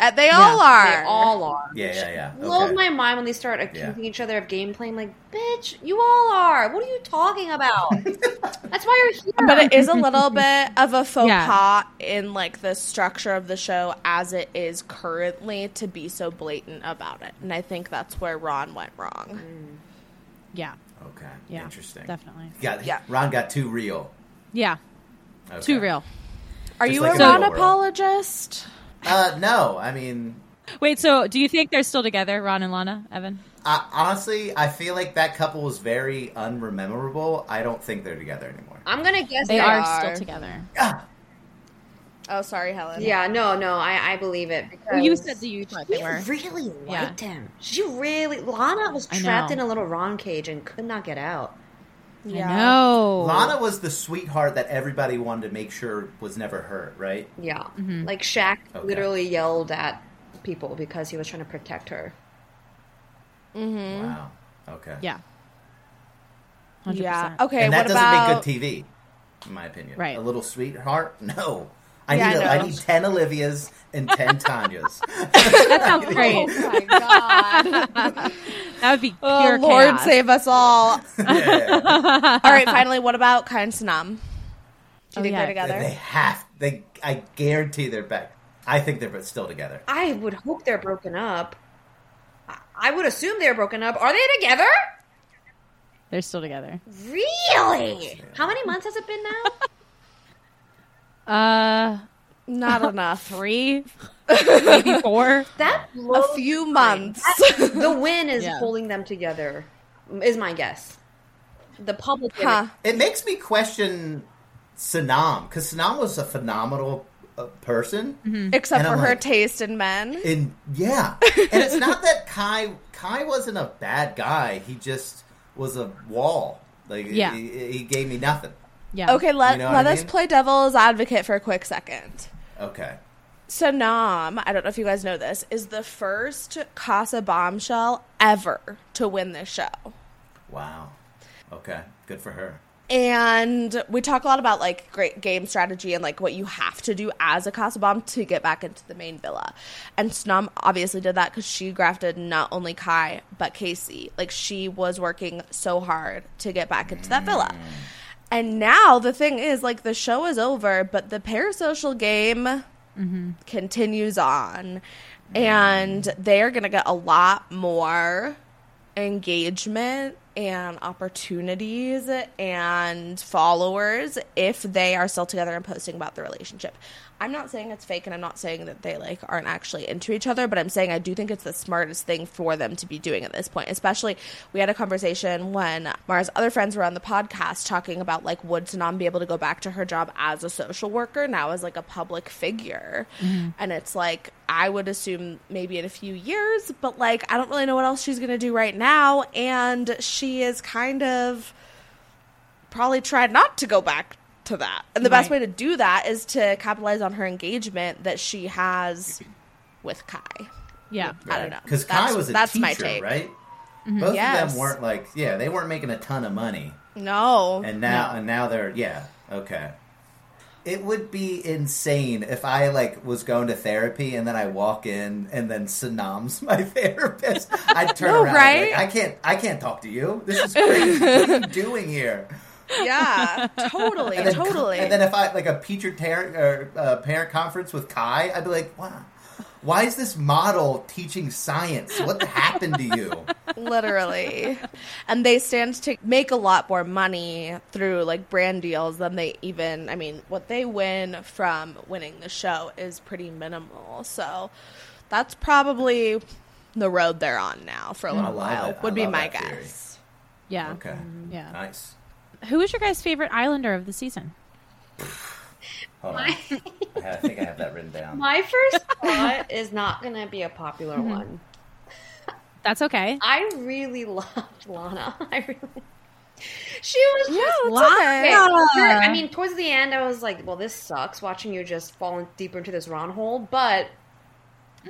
E: And they all are.
H: They all are.
D: Yeah, yeah, yeah. Okay.
H: Blows my mind when they start accusing each other of game playing. Like, bitch, you all are. What are you talking about? That's why you're here.
E: but it is a little bit of a faux
F: Yeah.
E: pas in like the structure of the show as it is currently to be so blatant about it and i think that's where ron went wrong
H: Mm.
F: Yeah.
D: Okay.
F: Yeah.
D: Interesting.
F: Definitely.
D: Got,
E: Yeah.
D: Ron got too real.
F: Yeah.
D: Okay.
F: Too real.
E: are
D: Just
E: you
D: like
E: a
D: in the
E: ron
D: real world.
E: apologist
D: Uh, no, I mean,
F: Wait, so do you think they're still together, Ron and Lana, Evan?
D: I, honestly, I feel like that couple was very unrememberable. I don't think they're together anymore. Ah,
H: I'm gonna guess
F: They, are, still
E: are.
F: together.
E: oh sorry helen
H: Yeah, no, no, I, I believe it because
F: Well, you said that you thought they
H: She
F: were.
H: really
F: Yeah.
H: liked him. She really Lana was
F: I
H: trapped
F: know.
H: in a little Ron cage and could not get out.
E: yeah
F: No.
D: Lana was the sweetheart that everybody wanted to make sure was never hurt, right?
H: Yeah,
E: Mm-hmm.
H: like Shaq
D: Okay.
H: literally yelled at people because he was trying to protect her.
E: Mm-hmm.
D: Wow. Okay.
F: Yeah. 100%.
E: yeah okay
D: and that
E: what
D: doesn't
E: about
D: make good TV, in my opinion.
F: Right.
D: A little sweetheart? No. I
E: Yeah,
D: need
E: I
D: a- I
E: know.
D: need ten Olivias and ten Tanyas.
F: That sounds great.
E: Oh my god
F: That would be pure
E: oh lord
F: chaos.
E: save us all
D: Yeah.
E: all right finally what about kind Snam? do you
F: Oh,
E: think
F: yeah.
E: they're together
D: They have. They. I guarantee they're back. I think they're still together.
H: I would hope they're broken up. I- I would assume they're broken up. Are they together?
F: They're still together.
H: Really? How many months has it been now?
F: Uh,
E: not enough
F: three, maybe four.
H: That
E: a
H: blows
E: few months
H: the win is
F: Yeah.
H: holding them together is my guess the public did it.
E: huh
D: It makes me question Sanam because Sanam was a phenomenal uh, person.
F: Mm-hmm.
E: except
D: And
E: for
D: I'm
E: her
D: like-
E: taste in men
D: And yeah, and it's not that Kai Kai wasn't a bad guy. He just was a wall. Like
F: Yeah.
D: he, he gave me nothing.
F: Yeah.
E: Okay, let,
D: You know what
E: let
D: I
E: us
D: mean?
E: play devil's advocate for a quick second.
D: Okay.
E: So Nam, I don't know if you guys know this, is the first Casa bombshell ever to win this show.
D: Wow. Okay. Good for her.
E: And we talk a lot about like great game strategy and like what you have to do as a Casa Bomb to get back into the main villa. And Snum obviously did that because she grafted not only Kai but Casey. Like she was working so hard to get back into that villa. And now the thing is, like, the show is over, but the parasocial game continues on. And they are going to get a lot more engagement and opportunities and followers if they are still together and posting about the relationship. I'm not saying it's fake and I'm not saying that they like aren't actually into each other, but I'm saying I do think it's the smartest thing for them to be doing at this point. Especially we had a conversation when Mara's other friends were on the podcast talking about like would Sanam be able to go back to her job as a social worker now as like a public figure. And it's like I would assume maybe in a few years, but like I don't really know what else she's going to do right now and she is kind of probably tried not to go back to that. And the best way
F: Right.
E: to do that is to capitalize on her engagement that she has with Kai.
F: Yeah.
E: I don't know.
D: Because Kai
E: That's-
D: was a
E: that's
D: teacher,
E: my take. Mm-hmm.
D: right? Both of
E: Yes.
D: them weren't like yeah, they weren't making a ton of money.
E: No.
D: and now and now they're yeah okay it would be insane if i like was going to therapy and then i walk in and then sanam's my therapist i'd turn
E: No,
D: around and be
E: right?
D: like, i can't i can't talk to you this is crazy what are you doing here
E: yeah. Totally.
D: and then,
E: totally.
D: and then if i like a teacher parent or uh, parent conference with kai i'd be like wow why is this model teaching science what happened to you
E: literally and they stand to make a lot more money through like brand deals than they even i mean what they win from winning the show is pretty minimal so that's probably the road they're on now for a
D: I
E: little
D: love
E: while
D: it. I
E: would be
D: love
E: my
D: that theory.
E: guess
F: Yeah.
D: Okay.
F: Yeah.
D: Nice.
F: Who is your guys' favorite Islander of the season?
D: Hold on. I ha- I think I have that written down.
H: My first thought is not going to be a popular one.
F: That's okay.
H: I really loved Lana. I really. She was just
E: it's
H: Okay,
E: okay.
H: sure. I mean, towards the end, I was like, "Well, this sucks." Watching you just fall in- deeper into this round hole, but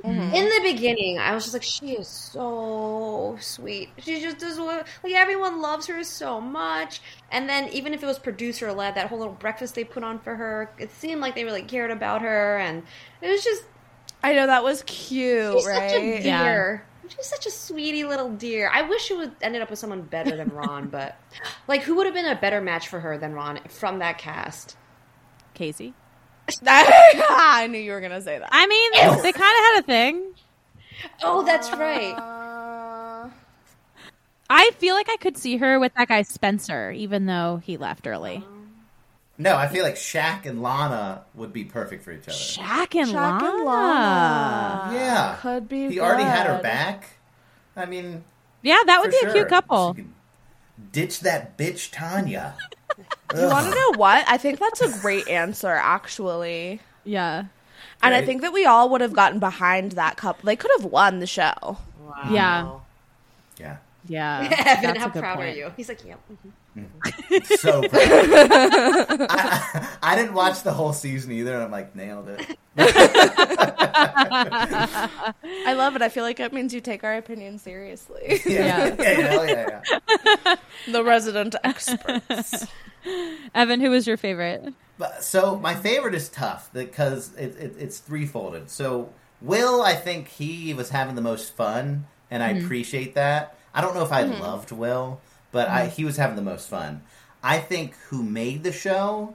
H: in the beginning, I was just like, "She is so sweet. She just does what like everyone loves her so much." And then, even if it was producer led, that whole little breakfast they put on for her, it seemed like they really cared about her, and it was just
E: I know that was cute,
H: she's
E: right?
H: such a
F: Yeah.
H: dear. She's such a sweetie little dear. I wish she would ended up with someone better than Ron, but like, who would have been a better match for her than Ron from that cast?
F: Casey.
E: I knew you were gonna say that.
F: I mean, they kind of had a thing.
H: Oh, that's right.
F: I feel like I could see her with that guy Spencer, even though he left early.
D: No, I feel like Shaq and Lana would be perfect for each other.
F: Shaq and
E: Shaq
F: Lana.
E: and Lana.
D: yeah,
E: could be
D: He already had her
E: good.
D: back. I mean,
F: Yeah, that would be
D: for
F: a
D: sure.
F: cute couple.
D: She could Ditch that bitch, Tanya.
E: You want to know what? I think that's a great answer, actually.
F: Yeah.
E: And I
D: Right.
E: think that we all would have gotten behind that couple. They could have won the show.
F: Yeah.
D: Yeah,
F: Yeah.
H: Evan,
F: That's
H: how
F: a good
H: proud are
F: point.
H: you? He's like, yep.
D: so. proud. I, I didn't watch the whole season either, and I'm like, nailed it.
E: I love it. I feel like it means you take our opinion seriously.
D: Yeah, yeah, hell yeah, yeah.
E: the resident experts.
F: Evan, who was your favorite?
D: But, so my favorite is tough because it, it, it's threefolded. So Will, I think he was having the most fun, and
F: Mm-hmm.
D: I appreciate that. I don't know if I loved Will, but I,
F: Mm-hmm.
D: he was having the most fun. I think who made the show,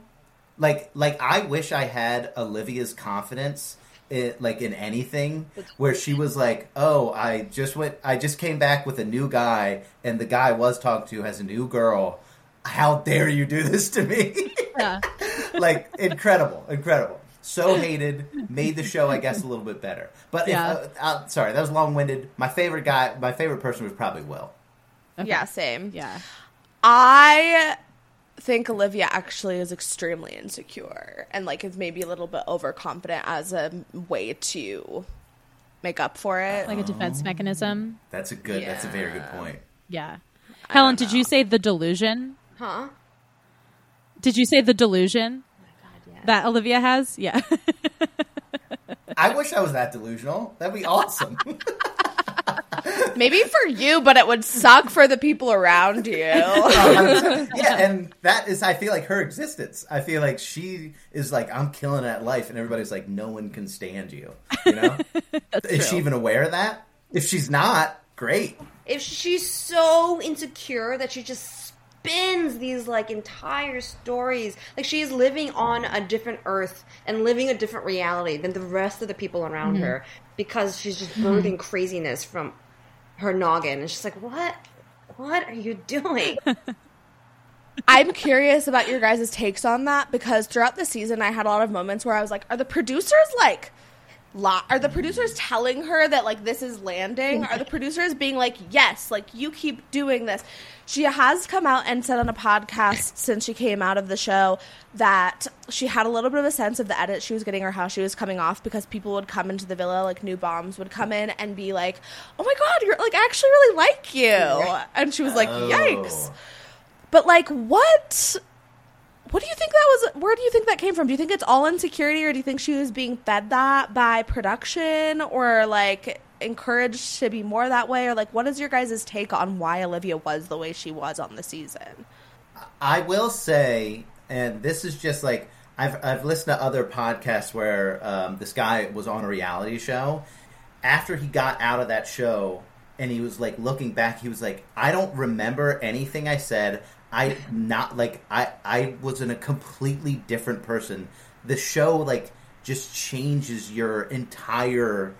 D: like like I wish I had Olivia's confidence. It, like in anything where she was like oh i just went i just came back with a new guy and the guy I was talked to has a new girl how dare you do this to me
F: Yeah.
D: like incredible, incredible. So hated made the show, I guess, a little bit better. But
F: Yeah.
D: if, uh, uh, sorry, that was long winded. My favorite guy, my favorite person was probably Will.
E: Yeah, same.
F: Yeah.
E: I think Olivia actually is extremely insecure and like is maybe a little bit overconfident as a way to make up for it.
F: Like a defense mechanism.
D: That's a good. That's a very good point.
F: Yeah. Helen, did you say the delusion?
H: Huh?
F: Did you say the delusion that Olivia has? Yeah.
D: I wish I was that delusional. That'd be awesome.
E: maybe for you, but it would suck for the people around you.
D: yeah, and that is, I feel like her existence. I feel like she is like, I'm killing it at life, and everybody's like, no one can stand you. You know, is she even aware of that? If she's not, great.
H: If she's so insecure that she just spins these like entire stories, like she's living on a different earth and living a different reality than the rest of the people around her because she's just birthing craziness from her noggin, and she's like, what? What are you doing?
E: I'm curious about your guys' takes on that because throughout the season, I had a lot of moments where I was like, "Are the producers like, lo- are the producers telling her that like this is landing? Are the producers being like, yes, like you keep doing this?" She has come out and said on a podcast since she came out of the show that she had a little bit of a sense of the edit she was getting or how she was coming off because people would come into the villa, like new bombs would come in and be like, "Oh my god, you're like I actually really like you," and she was like, "Yikes."
D: Oh.
E: But like, what? What do you think that was? Where do you think that came from? Do you think it's all insecurity, or do you think she was being fed that by production, or like encouraged to be more that way, or like, what is your guys' take on why Olivia was the way she was on the season?
D: I will say, and this is just like I've I've listened to other podcasts where um, this guy was on a reality show. After he got out of that show, and he was like looking back, he was like, I don't remember anything I said. I not like I I was in a completely different person. The show like just changes your entire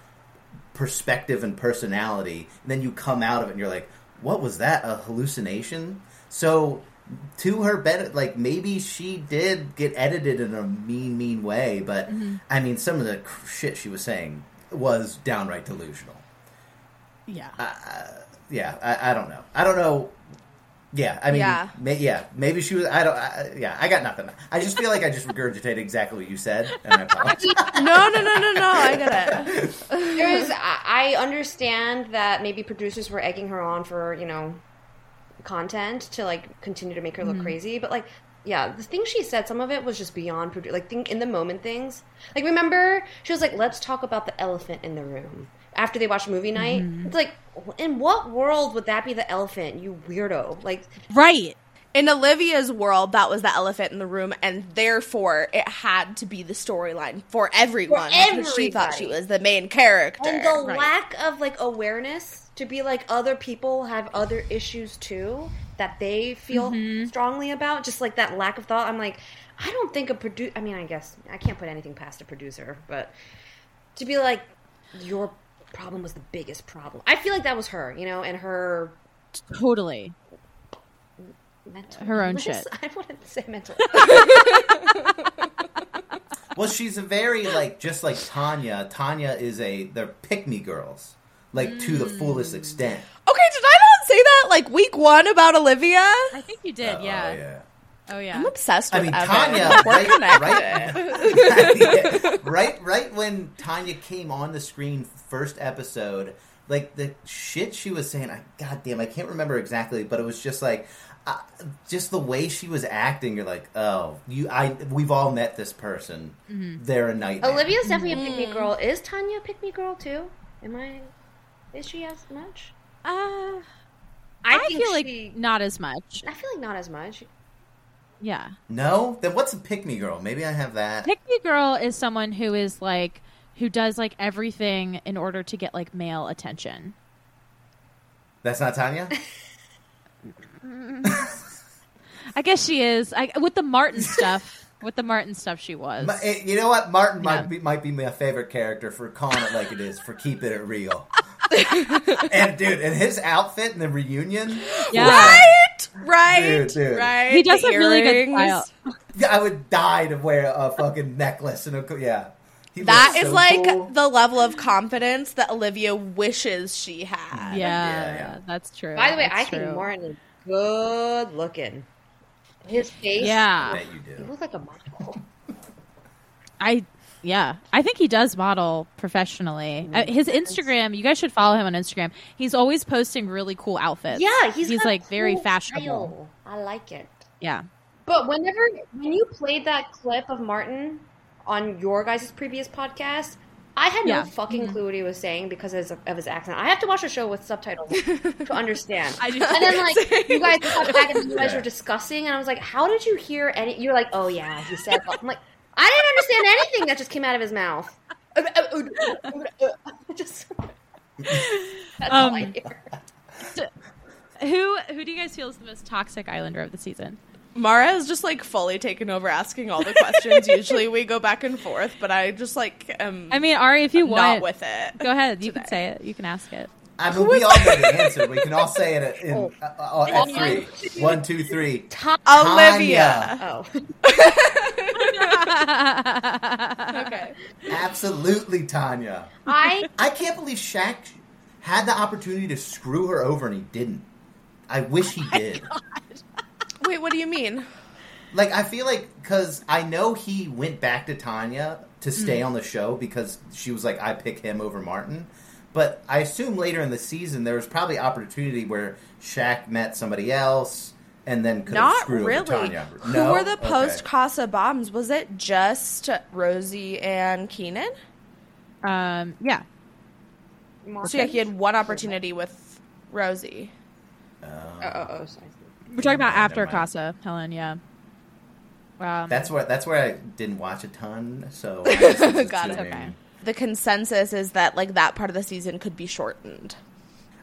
D: perspective and personality. And then you come out of it and you're like, what was that? A hallucination? So to her better like maybe she did get edited in a mean mean way but i mean some of the cr- shit she was saying was downright delusional
F: yeah.
D: yeah I, I don't know i don't know Yeah, I mean,
E: Yeah.
D: yeah, yeah maybe she was. I don't. I, yeah, I got nothing. I just feel like I just regurgitated exactly what you said, and I apologize.
E: No, no, no, no, no. I get it.
H: There's, I I understand that maybe producers were egging her on for you know content to like continue to make her look crazy, but like. Yeah, the things she said, some of it was just beyond produ- like think in the moment things. Like remember, she was like, "Let's talk about the elephant in the room." After they watched movie night,
F: Mm-hmm.
H: it's like, in what world would that be the elephant? You weirdo! Like,
F: Right.
E: In Olivia's world, that was the elephant in the room, and therefore it had to be the storyline for everyone because she thought she
H: everybody.
E: was the main character.
H: and the lack of like awareness to be like other people have other issues too that they feel
F: Mm-hmm.
H: strongly about just like that lack of thought i'm like i don't think a producer i mean i guess i can't put anything past a producer but to be like your problem was the biggest problem i feel like that was her you know and her
F: Totally.
H: mental
F: Her own
H: illness.
F: shit.
H: i wouldn't say mental
D: Well, she's a very like just like Tanya. Tanya is a they're pick me girls, like to the fullest
F: Mm.
D: extent.
E: okay, did I not say that like week one about Olivia?
F: I think you did.
D: Oh,
F: yeah.
D: yeah.
F: Oh yeah.
E: I'm obsessed
D: I
E: with
D: mean,
E: Evan.
D: Tanya,
E: We're
D: right,
E: connected.
D: right, Yeah. right, right when Tanya came on the screen first episode, like the shit she was saying, I goddamn, I can't remember exactly, but it was just like, uh, just the way she was acting. You're like, oh, you, I, we've all met this person.
F: Mm-hmm.
D: They're a nightmare.
H: olivia's definitely a pick me girl is tanya a pick me girl too am i is she as much
F: Uh,
H: i,
F: I
H: think
F: feel like
H: she-
F: not as much.
H: i feel like not as much
F: Yeah.
D: No, then what's a pick me girl? Maybe I have that.
F: Pick me girl is someone who is like who does like everything in order to get like male attention.
D: That's not Tanya.
F: I guess she is. I with the Martin stuff. With the Martin stuff, she was.
D: Ma- eh, you know what? Martin might be might be my favorite character for calling it like it is, for keeping it real. and dude, and his outfit in the reunion.
F: yeah.
E: Right, right,
D: Dude, dude.
E: right.
F: He does
E: The
F: a really good
E: earrings.
F: style.
D: Yeah, I would die to wear a fucking necklace and a co- yeah. He
E: That
D: looks
E: is
D: so
E: like
D: cool.
E: the level of confidence that Olivia wishes she had.
F: Yeah,
D: yeah.
F: that's true.
H: By the way,
F: That's
H: I
F: true.
H: think Martin is good looking. His face,
F: Yeah,
D: Yeah, you
H: he
D: do.
H: looks like a model.
F: I. Yeah, I think he does model professionally.
H: Mm-hmm.
F: Uh, his Instagram, you guys should follow him on Instagram. He's always posting really cool outfits.
H: Yeah, he's got a
F: like very
H: cool
F: fashionable.
H: style. I like it.
F: Yeah.
H: But whenever when you played that clip of Martin on your guys' previous podcast, I had
F: Yeah. Mm-hmm.
H: no fucking clue what he was saying because of his, of his accent. I have to watch a show with subtitles to understand.
F: I do
H: and then like you guys cut back and you guys
D: Yeah.
H: were discussing, and I was like, "How did you hear any?" You're like, "Oh yeah, he said." that." I'm like, "I didn't understand anything that just came out of his mouth." just that's all I
F: Um,
H: hear.
F: Who who do you guys feel is the most toxic islander of the season?
E: Mara is just like fully taken over asking all the questions. Usually we go back and forth, but I just like am
F: I mean, Ari, if you
E: not
F: want,
E: with it.
F: go ahead. You can say it. You can ask it.
D: I mean, we all know the answer. We can all say it in,
E: Oh.
D: uh, uh, at three. One, two, three.
E: Olivia.
H: Oh,
E: Oh. Okay.
D: Tanya. Absolutely, Tanya.
H: I
D: I can't believe Shaq had the opportunity to screw her over and he didn't. I wish he did.
E: Wait, what do you mean?
D: Like I feel like because I know he went back to Tanya to stay
E: Mm.
D: on the show because she was like, I pick him over Martin. But I assume later in the season there was probably opportunity where Shaq met somebody else and then could have
E: Not
D: screwed over
E: really.
D: Tanya.
E: Who
D: No?
E: were the
D: Okay.
E: post Casa bombs? Was it just Rosie and Keenan?
F: Um, yeah,
E: So yeah, he had one opportunity with Rosie.
H: oh oh, oh sorry.
F: we're talking about
D: Never
F: after
D: mind.
F: Casa, Helen. Yeah. Wow.
D: That's where that's where I didn't watch a ton. So I just was
E: Got it.
D: assuming-
F: Okay.
E: The consensus is that like that part of the season could be shortened.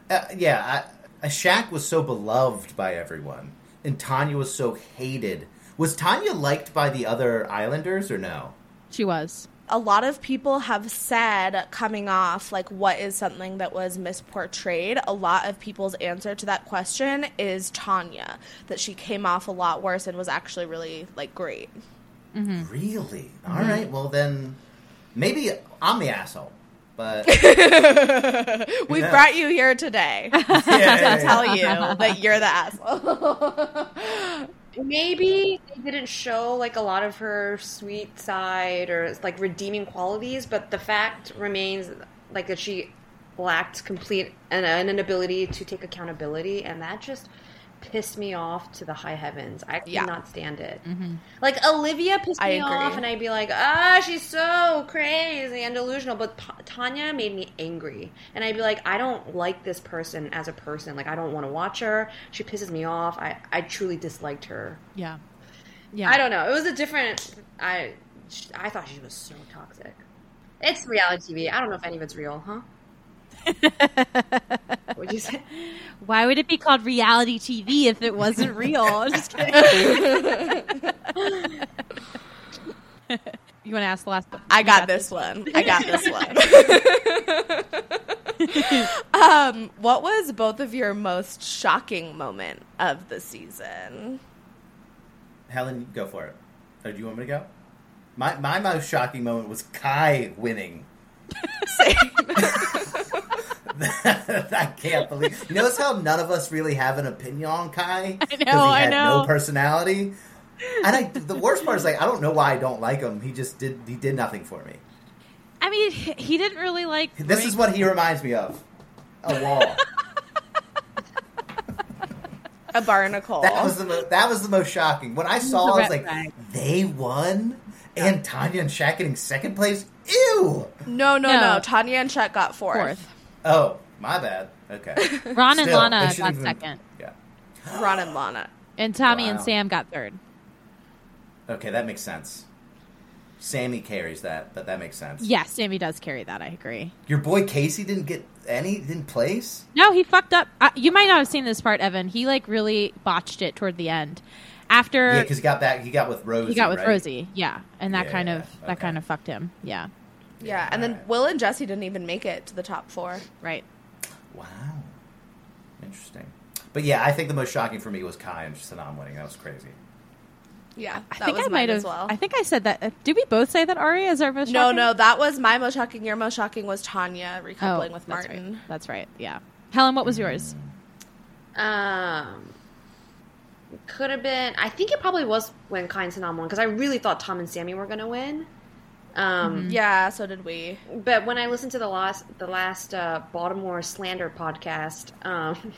D: Uh, yeah, I, uh, Shaq was so beloved by everyone, and Tanya was so hated. Was Tanya liked by the other Islanders or no?
F: she was.
E: a lot of people have said coming off like what is something that was misportrayed a lot of people's answer to that question is tanya that she came off a lot worse and was actually really like great
D: Really? All right. Well, then maybe I'm the asshole. But
E: We
D: Yeah.
E: brought you here today to tell you that you're the asshole.
H: Maybe they didn't show like a lot of her sweet side or like redeeming qualities, but the fact remains like that she lacked complete and an inability to take accountability, and that just pissed me off to the high heavens. I could
E: Yeah. Mm-hmm.
H: not stand it. Like Olivia pissed
E: I
H: me off,
E: agree.
H: and I'd be like, "Ah, she's so crazy and delusional." But Pa- Tanya made me angry, and I'd be like, "I don't like this person as a person. Like, I don't want to watch her. She pisses me off. I, I truly disliked her.
F: Yeah. Yeah.
H: I don't know. It was a different. I, sh- I thought she was so toxic. It's reality TV. I don't know if any of it's real, huh? Would you say?
F: Why would it be called reality TV if it wasn't real? I'm just kidding. you want to ask the last
E: I
F: you
E: got this one. I got this one. um, what was both of your most shocking moment of the season?
D: Helen, go for it. Or do you want me to go? My my most shocking moment was Kai winning. I can't believe. You notice how none of us really have an opinion on Kai. I
F: know, I know.
D: No personality. And I, the worst part is like I don't know why I don't like him. He just did. He did nothing for me.
F: I mean, he he didn't really like.
D: This is what he reminds me of. A wall.
E: A barnacle.
D: That was the mo- that was the most shocking. When I
F: the
D: saw, I was
F: red
D: like,
F: flag.
D: they won, and Tanya and Shaq getting second place. Ew.
E: no, no, no,
F: No.
E: Tanya and Chet got fourth.
F: Fourth.
D: Oh, my bad. Okay. Ron
F: Ron and Lana got second,
D: Yeah.
E: Ron and Lana.
F: and Tommy and
D: Wow.
F: Sam got third.
D: Okay, that makes sense. Sammy carries that, but that makes sense.
F: Yes, Sammy does carry that. I agree.
D: Your boy Casey didn't get any, didn't place.
F: No, he fucked up. Uh, you might not have seen this part, Evan. He like really botched it toward the end. After
D: Yeah, because he got back. He got with Rosie.
F: Er, he got with
D: right?
F: Rosie, yeah, and that
D: Yeah,
F: kind of that
D: okay.
F: kind of fucked him. Yeah,
E: Yeah, and then Will and Jesse didn't even make it to the top four.
F: right.
D: Wow. Interesting. But yeah, I think the most shocking for me was Kai and Sanam winning. That was crazy.
E: Yeah, that
F: I think
E: was
F: I
E: mine
F: might have.
E: as well.
F: I think I said that. Uh, did we both say that Ari is our most?
E: no,
F: shocking?
E: no, that was my most shocking. Your most shocking was Tanya recoupling with
F: Oh, that's
E: Martin.
F: right. That's right. Yeah. Helen, what was yours?
H: Um, could have been. I think it probably was when Kai and Sanam won because I really thought Tom and Sammy were gonna win. Um,
E: Mm-hmm. Yeah, so did we.
H: but when I listened to the last the last uh, Baltimore slander podcast, um,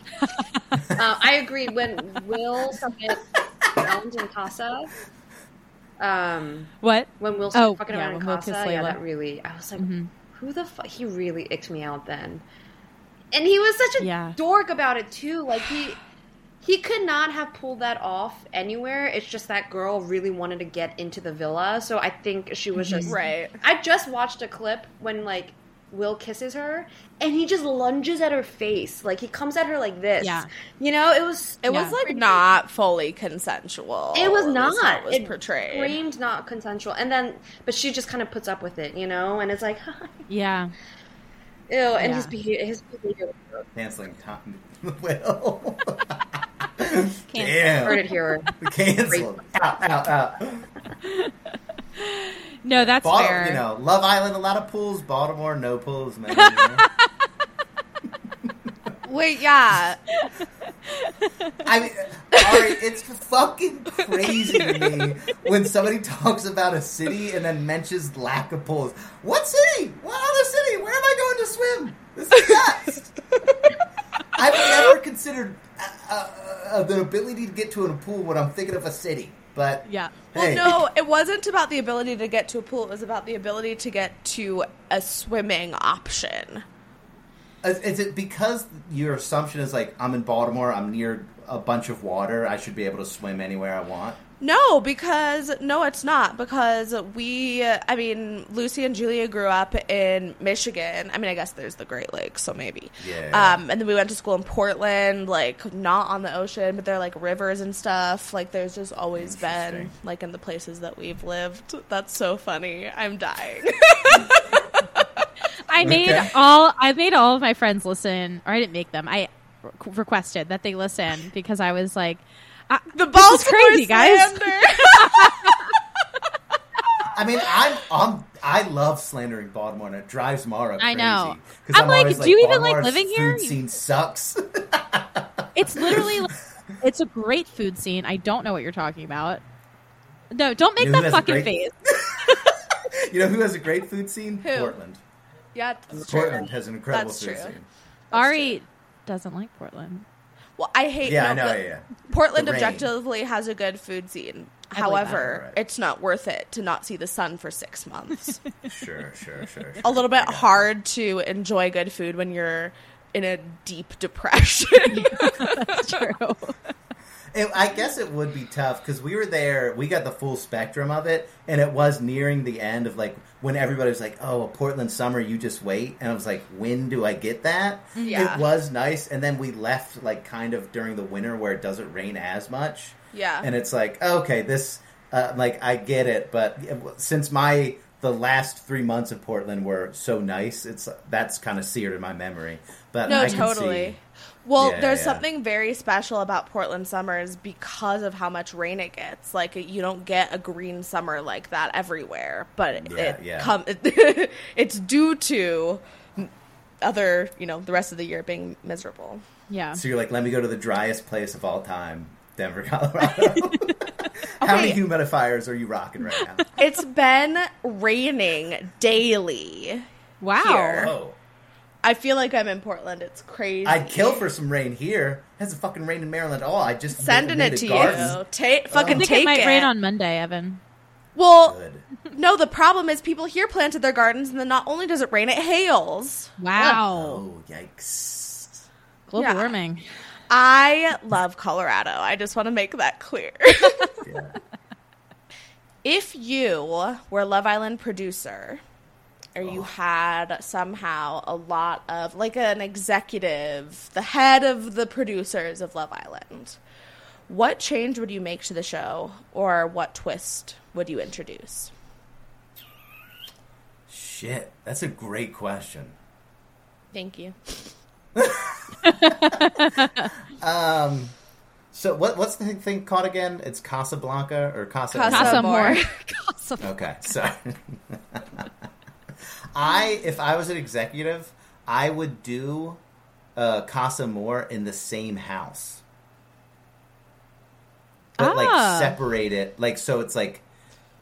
H: uh, I agreed when Will fucking around in Casa. Um,
F: What?
H: when Will
F: Oh,
H: started fucking
F: yeah,
H: around in
F: when Will
H: Casa,
F: mm-hmm. kissed
H: yeah,
F: Layla.
H: that really, I was like, who the fuck? He really icked me out then, and he was such a
F: Yeah.
H: dork about it too. Like he. He could not have pulled that off anywhere. It's just that girl really wanted to get into the villa, so I think she was just
E: Right.
H: I just watched a clip when like Will kisses her and he just lunges at her face. Like he comes at her like this.
F: Yeah.
H: You know, it was
E: It
F: Yeah.
E: was like not fully consensual.
H: it was
E: at least how
H: not.
E: It was
H: It
E: portrayed.
H: screamed not consensual. And then but she just kind of puts up with it, you know, and it's like
F: Yeah.
H: ew and his
F: Yeah.
H: behavior his behavior
D: Canceling Tom. Will.
H: heard it
D: Damn.
H: here.
D: Canceled. Out, out, out.
F: No, that's
D: Baltimore,
F: fair.
D: you know, Love Island, a lot of pools. Baltimore, no pools, man. you know?
E: Wait, yeah.
D: I mean, Ari, it's fucking crazy to me when somebody talks about a city and then mentions lack of pools. What city? What other city? Where am I going to swim? This is nuts. I've never considered uh, uh, uh, the ability to get to a pool when I'm thinking of a city, but
F: Yeah.
E: Well,
D: hey.
E: no, it wasn't about the ability to get to a pool. It was about the ability to get to a swimming option.
D: Is, is it because your assumption is like I'm in Baltimore, I'm near a bunch of water, I should be able to swim anywhere I want?
E: No, because no, it's not. Because we, I mean, Lucy and Julia grew up in Michigan. I mean, I guess there's the Great Lakes, so maybe.
D: Yeah.
E: Um, and then we went to school in Portland, like not on the ocean, but they're like rivers and stuff. Like there's just always been
D: Interesting.
E: like in the places that we've lived. That's so funny. I'm dying.
F: I made all I made all of my friends listen, or I didn't make them. I re- requested that they listen because I was like, I,
E: the
F: this is
E: balls
F: crazy, guys.
D: I mean, I'm, I'm I love slandering Baltimore, and it drives Mara.
F: I
D: Crazy,
F: know.
D: 'Cause
F: I'm like,
D: always
F: do you even like
D: Baltimore's
F: living
D: food
F: here?
D: Scene sucks.
F: It's literally like, it's a great food scene. I don't know what you're talking about. No, don't make
D: You know who
F: that
D: has a
F: fucking
D: great-
F: face.
D: you know who has a great food scene?
E: Who?
D: Portland.
E: Yeah, that's true.
D: Portland has an incredible
E: That's
D: food
E: true.
D: scene.
F: Ari doesn't like Portland.
E: Well, I hate.
D: Yeah,
E: no,
D: I know.
E: but
D: Yeah, yeah.
E: Portland
D: The rain.
E: objectively has a good food scene.
F: believe
E: However,
D: that. Right.
E: it's not worth it to not see the sun for six months.
D: Sure, sure, sure.
E: a little bit hard to enjoy good food when you're in a deep depression.
F: True.
D: It, I guess it would be tough because we were there. We got the full spectrum of it, and it was nearing the end of like when everybody was like, "Oh, Portland summer, you just wait." And I was like, "When do I get that?"
E: Yeah.
D: It was nice, and then we left like kind of during the winter where it doesn't rain as much.
E: Yeah.
D: and it's like okay, this uh, like I get it, but since my the last three months of Portland were so nice, it's that's kind of seared in my memory. But I
E: no,
D: can see-
E: totally. Well,
D: Yeah,
E: there's
D: yeah.
E: something very special about Portland summers because of how much rain it gets. Like you don't get a green summer like that everywhere, but
D: Yeah,
E: it
D: yeah.
E: come it, it's due to other, you know, the rest of the year being miserable.
F: Yeah.
D: So you're like, let me go to the driest place of all time, Denver, Colorado. How many humidifiers are you rocking right now?
E: It's been raining daily.
F: Wow.
E: Here.
D: Oh,
E: I feel like I'm in Portland. It's crazy.
D: I'd kill for some rain here. It hasn't fucking rained in Maryland at all. I just
E: sending
D: lived
E: it to
D: in the
E: you.
D: gardens.
E: Ta- fucking
F: I think
E: take
F: it might rain on Monday, Evan.
E: Well,
D: Good.
E: no. The problem is people here planted their gardens, and then not only does it rain, it hails.
F: Wow.
D: Oh yikes!
F: Global
E: Yeah.
F: warming.
E: I love Colorado. I just want to make that clear.
D: Yeah.
E: if you were a Love Island producer, or
D: Oh.
E: you had somehow a lot of like an executive, the head of the producers of Love Island, what change would you make to the show, or what twist would you introduce?
D: Shit, that's a great question.
E: Thank you.
D: So what? What's the thing called again? It's Casablanca or Casa.
E: Casa- more.
F: Casa more.
D: Okay, sorry. I, if I was an executive, I would do uh, Casa More in the same house, but
F: Ah.
D: like separate it, like so it's like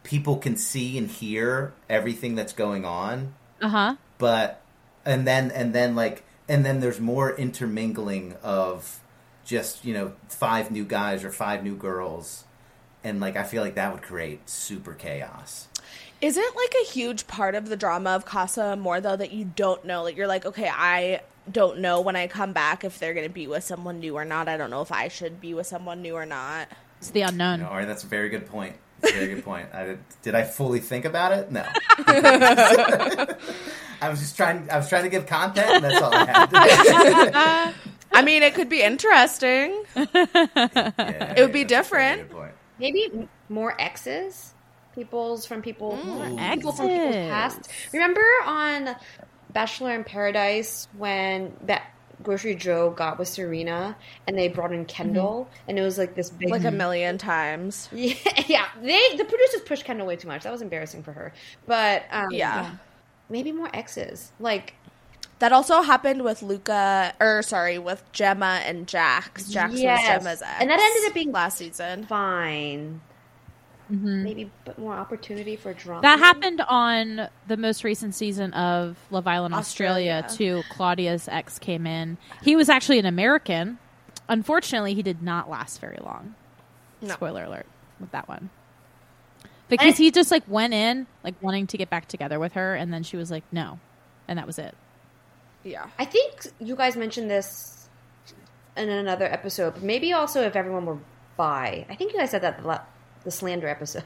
D: people can see and hear everything that's going on,
F: Uh huh.
D: but and then and then like and then there's more intermingling of just you know five new guys or five new girls, and like I feel like that would create super chaos.
E: Isn't like a huge part of the drama of Casa more though that you don't know? Like you're like, okay, I don't know when I come back if they're gonna be with someone new or not. I don't know if I should be with someone new or not.
F: It's the unknown.
D: All right, that's a very good point. That's a very good point. I did, did I fully think about it? No. I was just trying. I was trying to give content. And that's all I had.
E: I mean, it could be interesting.
D: Yeah,
E: It would be
D: that's a very
E: different.
D: good point.
H: Maybe m- more exes, people's from people, people from people's
F: exes.
H: past. Remember on Bachelor in Paradise when Ba- Grocery Joe got with Serena and they brought in Kendall and it was like this big
E: Like a million times.
H: Mm-hmm. yeah, yeah. They the producers pushed Kendall way too much. That was embarrassing for her. But um,
E: Yeah.
H: maybe more exes. Like
E: That also happened with Luca, or sorry, with Gemma and Jax. Jax
H: Yes.
E: was Gemma's ex,
H: And that ended up being-
E: last season.
H: fine. Maybe but more opportunity for drama.
F: Mm-hmm. That happened on the most recent season of Love Island Australia,
E: Australia.
F: too. Claudia's ex came in. He was actually an American. Unfortunately, he did not last very long.
E: No.
F: Spoiler alert with that one. Because he just like went in like wanting to get back together with her and then she was like no. And that was it.
E: Yeah,
H: I think you guys mentioned this in another episode. But maybe also if everyone were bi. I think you guys said that the, la- the slander episode.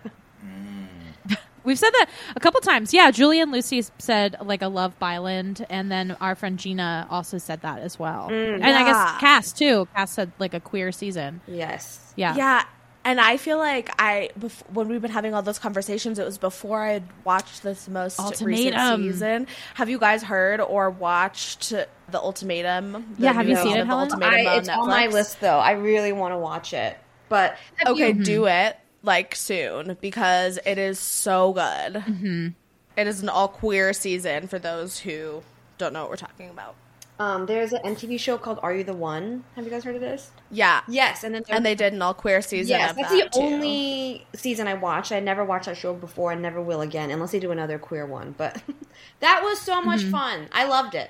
F: We've said that a couple times. Yeah, Julie and Lucy s- said like a love byland, and then our friend Gina also said that as well.
H: Mm,
F: and I
E: Yeah.
F: guess Cass too. Cass said like a queer season.
H: yes.
F: Yeah.
E: yeah. And I feel like I bef- when we've been having all those conversations, it was before I had watched this most recent
F: Ultimatum.
E: season. Have you guys heard or watched the ultimatum? The
F: Yeah, have you
E: new
F: seen
E: season
F: it,
E: of The
F: Helen?
E: Ultimatum
H: I, it's on my
E: Netflix?
H: list though. I really want to watch it. But have
E: Okay,
H: you-
F: Mm-hmm.
E: do it like soon because it is so good. It is an all queer season for those who don't know what we're talking about.
H: Um, there's an MTV show called Are You the One? Have you guys heard of this?
E: Yeah.
H: Yes, and then
E: And they did an all queer season.
H: Yes,
E: of
H: that's
E: that,
H: the
E: too.
H: only season I watched. I never watched that show before and never will again, unless they do another queer one. But that was so much
F: Mm-hmm.
H: fun. I loved it.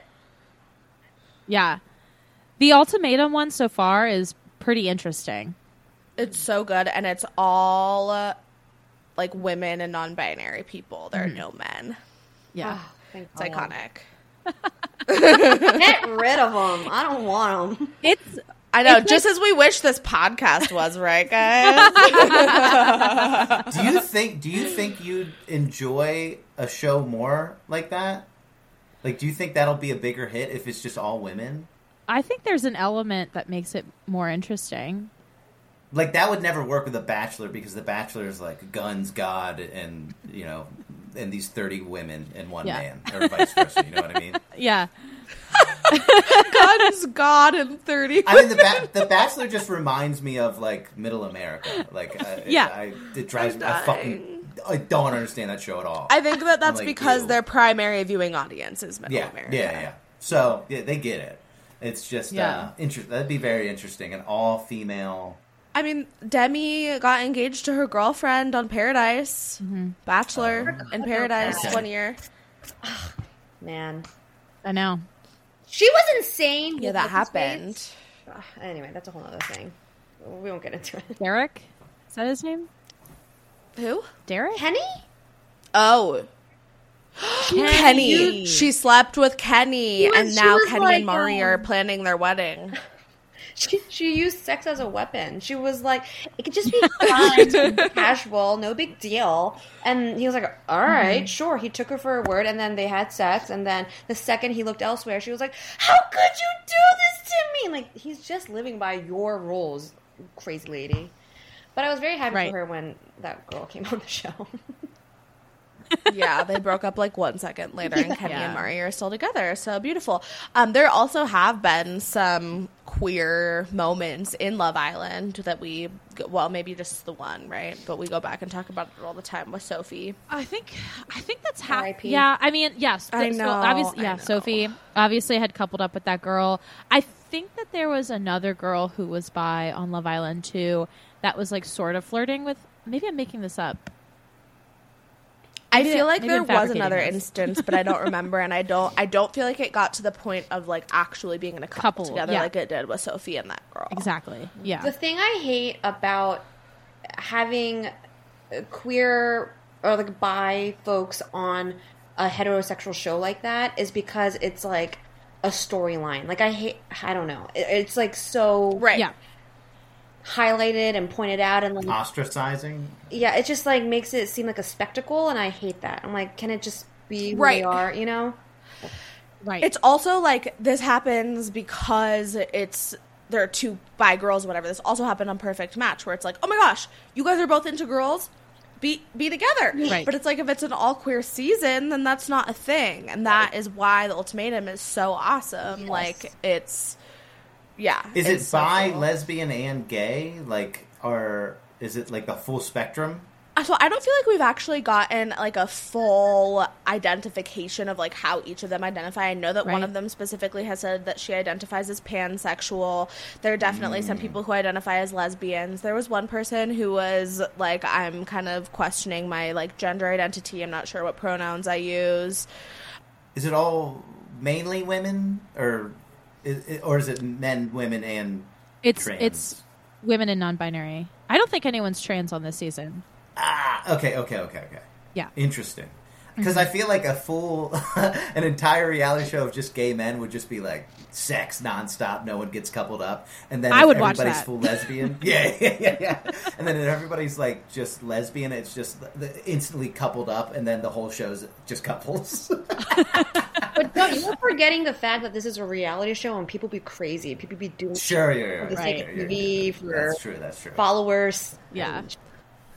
F: Yeah. The ultimatum one so far is pretty interesting.
E: It's so good, and it's all uh, like women and non-binary people. There are
D: Mm-hmm.
E: no men.
F: Yeah.
H: Thank
E: It's iconic.
H: God. Get rid of them. I don't want them.
F: It's
E: I know, just as we wish this podcast was, right, guys?
D: do you think do you think you'd enjoy a show more like that like do you think that'll be a bigger hit if it's just all women
F: I think there's an element that makes it more interesting.
D: like that would never work with the bachelor because the bachelor is like guns god and you know and these 30 women and one
F: Yeah.
D: man or vice versa you know what i mean
F: Yeah.
E: Guns, God, and thirty.
D: i mean the, ba- the bachelor just reminds me of like middle america like uh,
F: Yeah.
D: I, it drives me I fucking i don't understand that show at all
E: I think that that's
D: Like,
E: because
D: ew.
E: their primary viewing audience is middle
D: yeah,
E: America.
D: Yeah, yeah. So yeah, they get it. It's just uh,
F: Yeah.
D: inter- that'd be very interesting. An all female.
E: I mean, Demi got engaged to her girlfriend on Paradise, Bachelor
D: Oh.
E: in Paradise
D: Okay.
E: one year.
H: Man.
F: I know.
H: She was insane.
E: Yeah,
H: with
E: that
H: what's-his
E: happened.
H: face. Ugh, Anyway, that's a whole other thing. We won't get into it.
F: Derek? Is that his name?
E: Who?
F: Derek?
H: Kenny?
E: Oh, Kenny. she slept with Kenny,
H: She was-
E: and
H: she
E: now
H: was
E: Kenny
H: like,
E: and Mari are
H: um,
E: planning their wedding.
H: She, she used sex as a weapon. She was like, it could just be fun, casual, no big deal. And he was like, all right, sure. He took her for her word, and then they had sex. And then the second he looked elsewhere, she was like, how could you do this to me? Like, he's just living by your rules, crazy lady. But I was very happy
F: Right.
H: for her when that girl came on the show.
E: yeah, they broke up like one second later, and Kenny
F: Yeah.
E: and Mari are still together. So beautiful. Um, there also have been some queer moments in Love Island that we, well, maybe just the one, right? But we go back and talk about it all the time with Sophie.
F: I think I think that's how.
H: R.I.P..
F: Yeah, I mean, yes.
E: I know,
F: obviously,
E: I
F: yeah,
E: know.
F: Sophie obviously had coupled up with that girl. I think that there was another girl who was by on Love Island too. That was like sort of flirting with. Maybe I'm making this up.
E: I
F: Maybe-
E: feel like
F: maybe
E: there
F: I'm
E: was
F: fabricating
E: another
F: this.
E: instance, but I don't remember, and I don't. I don't feel like it got to the point of like actually being in a
F: Couple,
E: couple, together,
F: yeah.
E: like it did with Sophie and that girl.
F: Exactly. Yeah.
H: The thing I hate about having uh, queer or like bi folks on a heterosexual show like that is because it's like a storyline. Like I hate, I don't know. It- It's like so
E: Right.
F: Yeah.
H: highlighted and pointed out, and
E: Mm-hmm.
H: like
D: Ostracizing.
H: yeah, it just like makes it seem like a spectacle, and I hate that. I'm like, can it just be who
E: Right.
H: we are? You know?
F: Right.
E: It's also like this happens because it's there are two bi girls, whatever. This also happened on Perfect Match, where it's like, oh my gosh, you guys are both into girls, be be together.
F: Right.
E: But it's like if it's an all queer season, then that's not a thing, and that is why the ultimatum is so awesome. Like it's, yeah.
D: Is
E: it's
D: it
E: so
D: bi,
E: cool.
D: lesbian, and gay? Like, or is it like the full spectrum?
E: So I don't feel like we've actually gotten like a full identification of like how each of them identify. I know that one
F: Right.
E: of them specifically has said that she identifies as pansexual. There are definitely some people who identify as lesbians. There was one person who was like, I'm kind of questioning my like gender identity. I'm not sure what pronouns I use.
D: Is it all mainly women, or is it, or is it men, women, and
F: it's
D: trans?
F: it's women and non-binary. I don't think anyone's trans on this season.
D: ah, okay, okay, okay, okay.
F: Yeah.
D: Interesting. Because
F: Mm-hmm.
D: I feel like a full, an entire reality show of just gay men would just be like sex nonstop. No one gets coupled up, and then
F: I
D: if
F: would watch
D: everybody's
F: that.
D: full lesbian. yeah, yeah, yeah, yeah. And then if everybody's like just lesbian, it's just the- the- instantly coupled up, and then the whole show's just couples.
H: But no, you're forgetting the fact that this is a reality show, and people be crazy. People be doing
D: sure, yeah, yeah, yeah,
H: for the
D: yeah,
H: sake
D: yeah,
H: of
D: yeah,
H: TV
D: yeah. That's
H: for
D: true. That's true.
H: followers.
F: Yeah.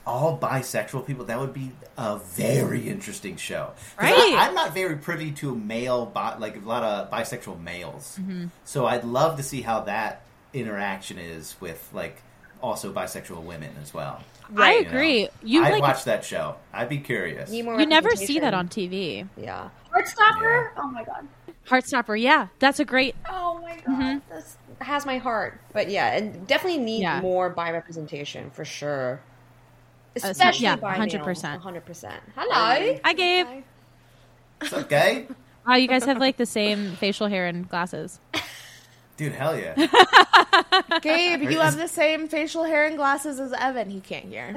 D: all bisexual people, that would be a very interesting show. 'Cause
F: Right.
D: I, am not very privy to male, bi- like a lot of
F: Mm-hmm.
D: bisexual males. So I'd love to see how that interaction is with like also bisexual women as well.
F: I
D: You know?
F: agree. You
D: I'd
F: like
D: watch that show. I'd be curious.
H: Need more
F: you never see that
H: representation.
F: on TV.
H: Yeah. Heartstopper? Oh my god.
F: Heartstopper, yeah, that's a great.
H: Oh my god. This has my heart. But yeah, and definitely need
F: Yeah. Uh,
H: more bi representation for sure.
F: so-
H: Especially
F: yeah,
H: by 100%.
F: 100%.
H: 100%. Hello.
F: I gave.
D: It's okay,
F: Oh, you guys have like the same facial hair and glasses.
D: dude. Hell yeah.
E: Gabe, you
D: Is-
E: have the same facial hair and glasses as Evan. He can't hear.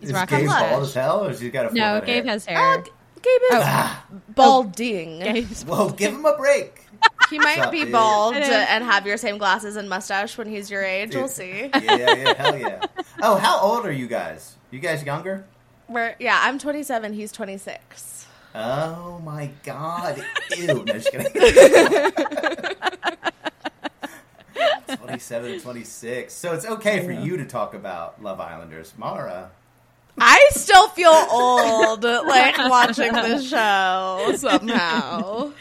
D: is
F: rock
D: Gabe
E: and roll.
D: bald as hell, or has he got a
F: No,
D: forehead
F: Gabe
D: hair?
F: has hair.
H: Oh,
E: Gabe is balding.
F: Gabe's-
D: Whoa, give him a break.
E: He might
D: Sup,
E: be
D: dude?
E: bald
F: I know.
E: and have your same glasses and mustache when he's your age. We'll
D: Dude.
E: see.
D: Yeah, yeah, yeah, hell yeah. Oh, how old are you guys? You guys younger?
E: We're, yeah, I'm 27. He's 26.
D: Oh my god. Ew. No, just kidding. 27 and 26. So it's okay for you to talk about Love Islanders. Mara.
E: I still feel old, like watching the show somehow.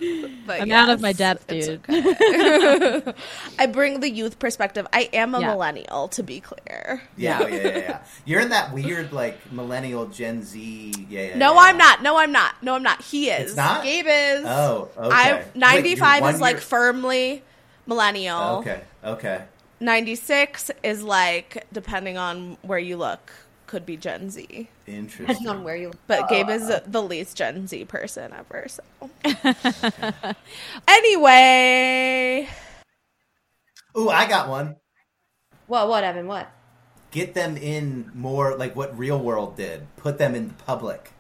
E: But
F: I'm out of
E: yes,
F: my depth,
E: it's
F: dude.
E: okay. I bring the youth perspective. I am a
F: Yeah.
E: millennial, to be clear.
D: Yeah, yeah, yeah, yeah. You're in that weird, like, millennial Gen Z. Yeah, yeah,
E: No,
D: yeah.
E: I'm not. No, I'm not. No, I'm not. He is.
D: It's not?
E: Gabe is.
D: Oh, okay.
E: I'm
D: Wait, you're
E: 95
D: one
E: is like
D: year-
E: firmly millennial.
D: Okay, okay.
E: 96 is like, depending on where you look, could be Gen Z.
D: Interesting.
H: Depending on where you
D: Oh,
E: But Gabe is the least Gen Z person ever. So, anyway,
D: Ooh, I got one.
H: What what Evan, what?
D: Get them in more like what Real World did. Put them in the public.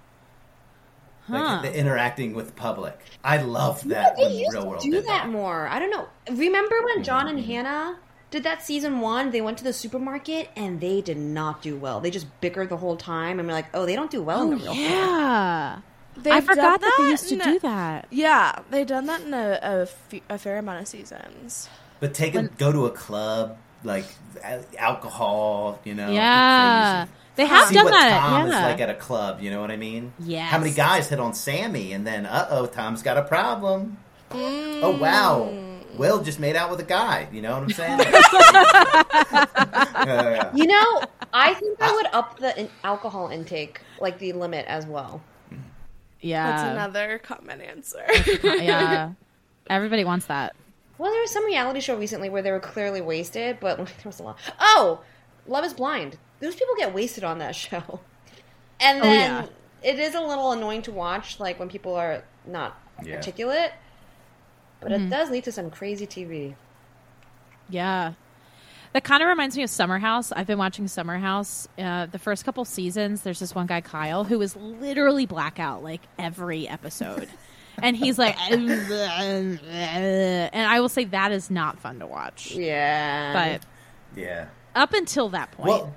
F: Huh.
D: Like the interacting with the public. I love that
H: They
D: when
H: used
D: Real
H: to
D: World
H: do
D: did
H: that, more. I don't know. Remember when John and Hannah Uh, did that season one? They went to the supermarket and they did not do well. They just bickered the whole time and were like, "Oh, they don't do well in the real." world."
F: Yeah, Ah, I
E: They've
F: forgot that.
E: done
F: they
E: that
F: used to
E: in-
F: do
D: Oh,
F: that.
E: yeah, they've done that in a, a, fe- a fair amount of seasons.
D: But take them, go to a club, like a- alcohol, you know.
F: yeah,
D: crazy.
F: they have
D: See
F: done
D: what
F: that.
D: Tom
F: Yeah,
D: is like at a club, you know what I mean?
F: Yes.
D: How many guys hit on Sammy and then, uh oh, Tom's got a problem. Oh,
F: Mm.
D: wow. Will just made out with a guy, you know what I'm saying? Yeah.
H: You know, I think I would up the in- alcohol intake, like the limit as well.
E: That's
F: yeah,
E: another common answer.
F: yeah. Everybody wants that.
H: Well, there was some reality show recently where they were clearly wasted, but there was a lot. Oh, Love is Blind. Those people get wasted on that show.
F: Oh,
H: And then it is a little annoying to watch, like when people are not
D: Yeah.
H: articulate. But it does lead to some crazy TV.
F: Yeah. That kind of reminds me of Summer House. I've been watching Summer House. Uh, the first couple seasons, there's this one guy, Kyle, who is literally blackout like every episode. and he's like, and I will say that is not fun to watch.
H: Yeah.
F: But
D: yeah.
F: up until that point,
D: Well,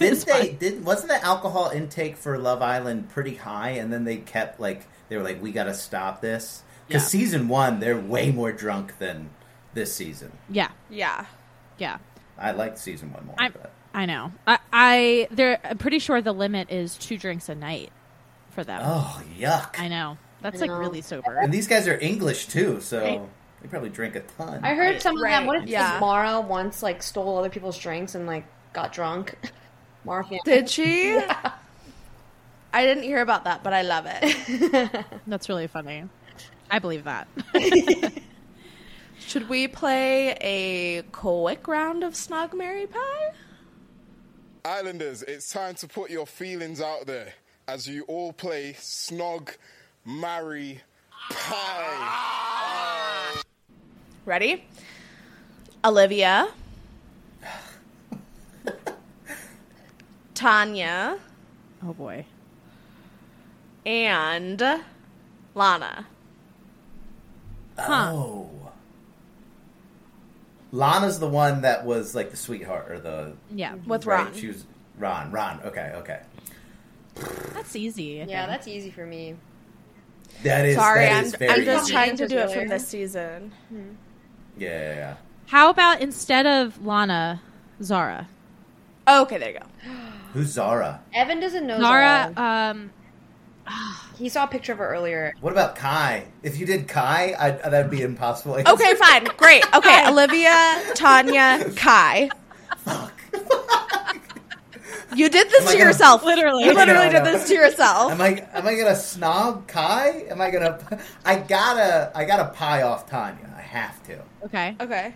D: didn't they? Didn't wasn't the alcohol intake for Love Island pretty high? And then they kept like they were like, we got to stop this because
F: Yeah.
D: season one they're way more drunk than this season.
F: yeah,
E: yeah.
F: yeah.
D: I liked season one more.
F: I'm-
D: but
F: I know. I, I they're, I'm pretty sure the limit is two drinks a night for them.
D: oh yuck!
F: I know. That's like really sober.
D: And these guys are English too, so they probably drink a ton.
H: I heard some of them.
E: Right,
H: What if
E: yeah.
H: Mara once like stole other people's drinks and like got drunk? Mara,
E: Did she? I didn't hear about that, but I love it.
F: That's really funny. I believe that.
E: Should we play a quick round of Snog Mary Pie?
I: Islanders, it's time to put your feelings out there as you all play Snog, Marry, Pie.
E: Ready? Olivia. Tanya
F: Oh boy.
E: and Lana.
D: Oh, Lana's the one that was like the sweetheart or the
F: Yeah.
E: With
D: right?
E: Ron.
D: She was Ron. Ron. Okay. Okay.
F: That's easy. I
H: yeah,
F: think.
H: that's easy for me.
D: That is.
E: Sorry,
D: that
E: I'm,
D: is very
E: I'm just
D: easy.
E: trying to do it from
H: Easier.
E: this season.
D: Yeah, yeah, yeah.
F: How about instead of Lana, Zara?
H: Oh,
E: Okay, there you go.
D: Who's Zara?
H: Evan doesn't know
F: Zara,
H: Zara.
F: um,
H: he saw a picture of her earlier.
D: What about Kai? If you did Kai, I'd, that'd be impossible.
E: Okay, fine. Great. Okay, Olivia, Tanya, Kai. You did this
D: Am I
E: to
D: gonna-
E: yourself.
D: Literally.
E: You literally
D: I know, I
E: did
D: know.
E: this to yourself.
D: Am I am I gonna snob Kai? Am I gonna? I gotta I gotta pie off Tanya. I have to.
F: Okay.
E: Okay.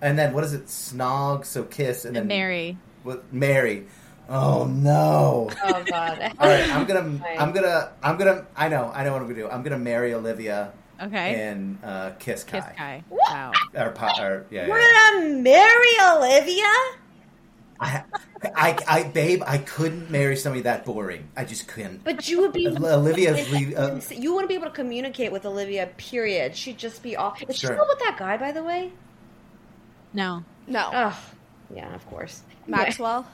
D: And then what is it? Snog, so kiss, and then
F: And Mary.
D: What, Mary. Oh no.
H: Oh god.
D: All right, I'm gonna, I'm gonna, I'm gonna. I know, I know what I'm gonna do. I'm gonna marry Olivia.
F: Okay.
D: And uh, kiss Kai.
F: Kiss Kai. Wow.
D: Or, pa- or yeah. yeah.
H: We're gonna marry Olivia?
D: I, I, babe, I couldn't marry somebody that boring. I just couldn't.
H: But you would be
D: Ol- Olivia's le- uh,
H: you wouldn't be able to communicate with Olivia, period. She'd just be off. Is
D: Sure.
H: she still with that guy, by the way?
F: No.
E: No.
H: Oh, yeah, of course.
E: Maxwell.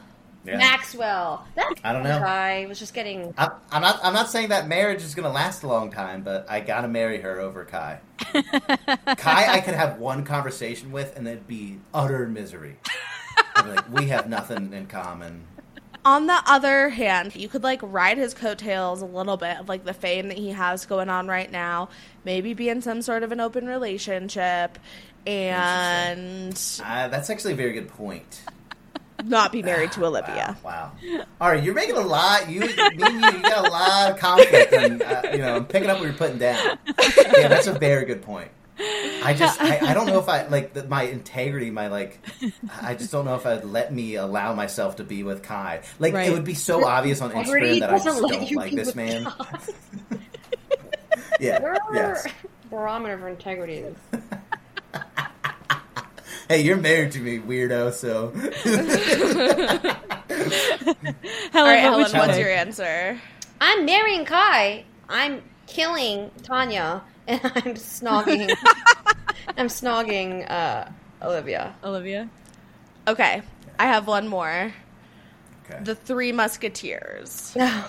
D: Yeah.
H: Maxwell. That
D: I don't know.
H: guy was just getting.
D: I'm, I'm not. I'm not saying that marriage is gonna last a long time, but I gotta marry her over Kai. Kai, I could have one conversation with, and it'd be utter misery. I'd be like, we have nothing in common.
E: On the other hand, you could like ride his coattails a little bit of like the fame that he has going on right now, maybe be in some sort of an open relationship and
D: Uh, that's actually a very good point.
E: not be married to Olivia.
D: Wow. All right, you're making a lot. You, me and you, you got a lot of conflict, and uh, you know, I'm picking up what you're putting down. Yeah, that's a very good point. I just, I, I don't know if I like the, my integrity, my like, I just don't know if I'd let me allow myself to be with Kai. Like,
F: Right.
D: it would be so obvious on
H: Integrity
D: Instagram that I just
H: doesn't let
D: don't
H: you
D: like
H: be
D: this
H: with
D: man. yeah.
H: We're
D: Yes.
H: barometer for integrity. is.
D: Hey, you're married to me, weirdo. So,
F: Helen,
E: All right,
F: what
E: Helen,
F: would you
E: what's
F: pick?
E: your answer?
H: I'm marrying Kai. I'm killing Tanya, and I'm snogging. I'm snogging uh, Olivia.
D: Um,
F: Olivia?
E: Okay, I have one more.
D: okay.
E: The Three Musketeers.
H: No,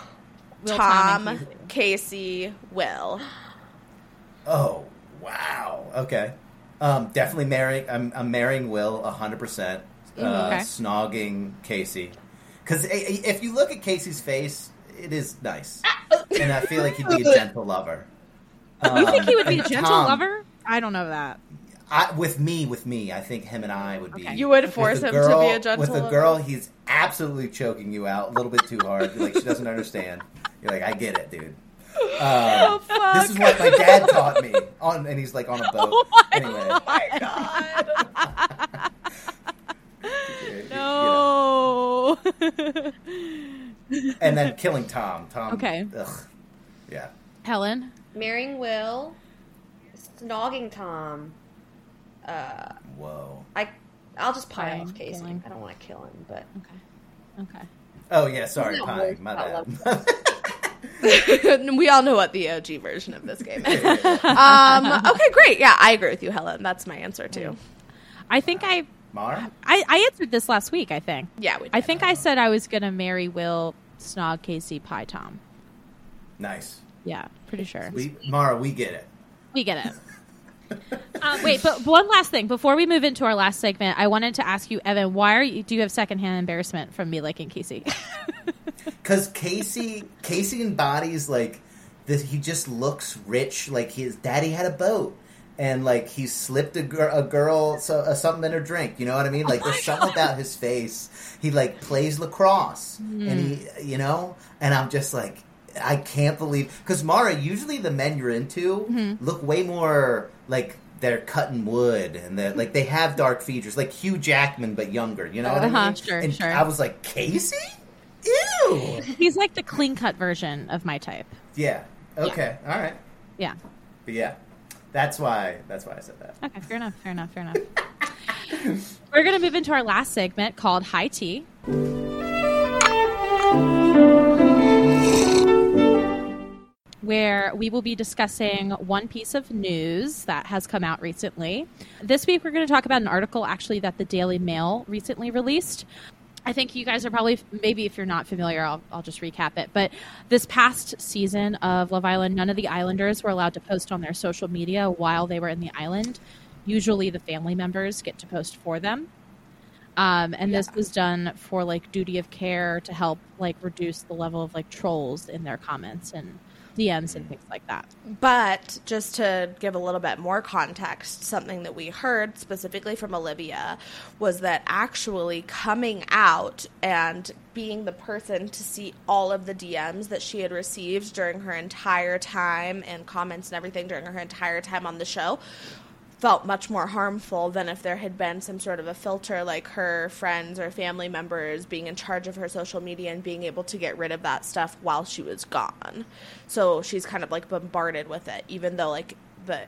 F: Will,
E: Tom,
F: and
E: Casey, Will.
D: Oh wow. Okay. Um, definitely marrying. I'm, I'm marrying Will hundred percent. Uh,
F: Mm, okay.
D: Snogging Casey, because if you look at Casey's face, it is nice, and I feel like he'd be a gentle lover.
F: Ah. you think he would be a
D: Um,
F: gentle
D: Tom,
F: lover? I don't know that.
D: I, with me, with me, I think him and I would be.
F: Okay.
E: You would
D: with
E: force
D: the
E: him to be a gentle
D: With the
E: lover?
D: girl, he's absolutely choking you out a little bit too hard. You're like she doesn't understand. You're like, I get it, dude. Uh, This is what my dad taught me on, and he's like on a boat. anyway, you know.
F: No.
D: and then killing Tom. Tom.
F: Okay.
D: Ugh. Yeah.
F: Helen?
H: marrying Will, snogging Tom.
D: Whoa.
H: I, I'll just pie
F: Pieing,
H: off Casey.
F: killing.
H: I don't want to kill him, but
F: Okay.
D: Oh yeah. Sorry.
H: Isn't that
D: Pie.
H: worse
D: My
H: about
D: bad.
E: we all know what the OG version of this game is. um, okay, great. Yeah, I agree with you, Helen. That's my answer
H: Mm.
E: too.
F: I think I,
D: Mara.
F: I I answered this last week, I think.
E: Yeah, we did.
F: I think I said I was going to marry Will, Snog, Casey, Pie, Tom.
D: Nice.
F: Yeah, pretty sure.
D: We Mara. We get it.
F: We get it. Uh, wait, but one last thing before we move into our last segment, I wanted to ask you, Evan, why are you? Do you have secondhand embarrassment from me liking Casey?
D: Because Casey, Casey embodies like this. He just looks rich. Like his daddy had a boat, and like he slipped a, gir- a girl so, uh, something in her drink. You know what I
F: Oh
D: mean? Like there's something about his face. He like plays lacrosse, and he,
F: Hmm.
D: you know. And I'm just like, I can't believe because Mara. Usually the men you're into
F: Mm-hmm.
D: look way more like. They're cutting wood, and they're like they have dark features, like Hugh Jackman but younger. You know what I
F: Uh-huh,
D: mean?
F: sure,
D: and
F: sure.
D: I was like, Casey, ew.
F: He's like the clean cut version of my type.
D: Yeah. Okay. All right.
F: Yeah.
D: But yeah, that's why. That's why I said that.
F: Okay. Fair enough. Fair enough. Fair enough. We're gonna move into our last segment called High Tea. Where we will be discussing one piece of news that has come out recently. This week, we're going to talk about an article actually that the Daily Mail recently released I think you guys are probably maybe if you're not familiar, I'll, I'll just recap it. But this past season of Love Island, none of the Islanders were allowed to post on their social media while they were in the island. Usually, the family members get to post for them, um, and this was done for like duty of care to help like reduce the level of like trolls in their comments and DMs and things like that.
E: But just to give a little bit more context, something that we heard specifically from Olivia was that actually coming out and being the person to see all of the DMs that she had received during her entire time and comments and everything during her entire time on the show felt much more harmful than if there had been some sort of a filter like her friends or family members being in charge of her social media and being able to get rid of that stuff while she was gone. So she's kind of like bombarded with it even though like the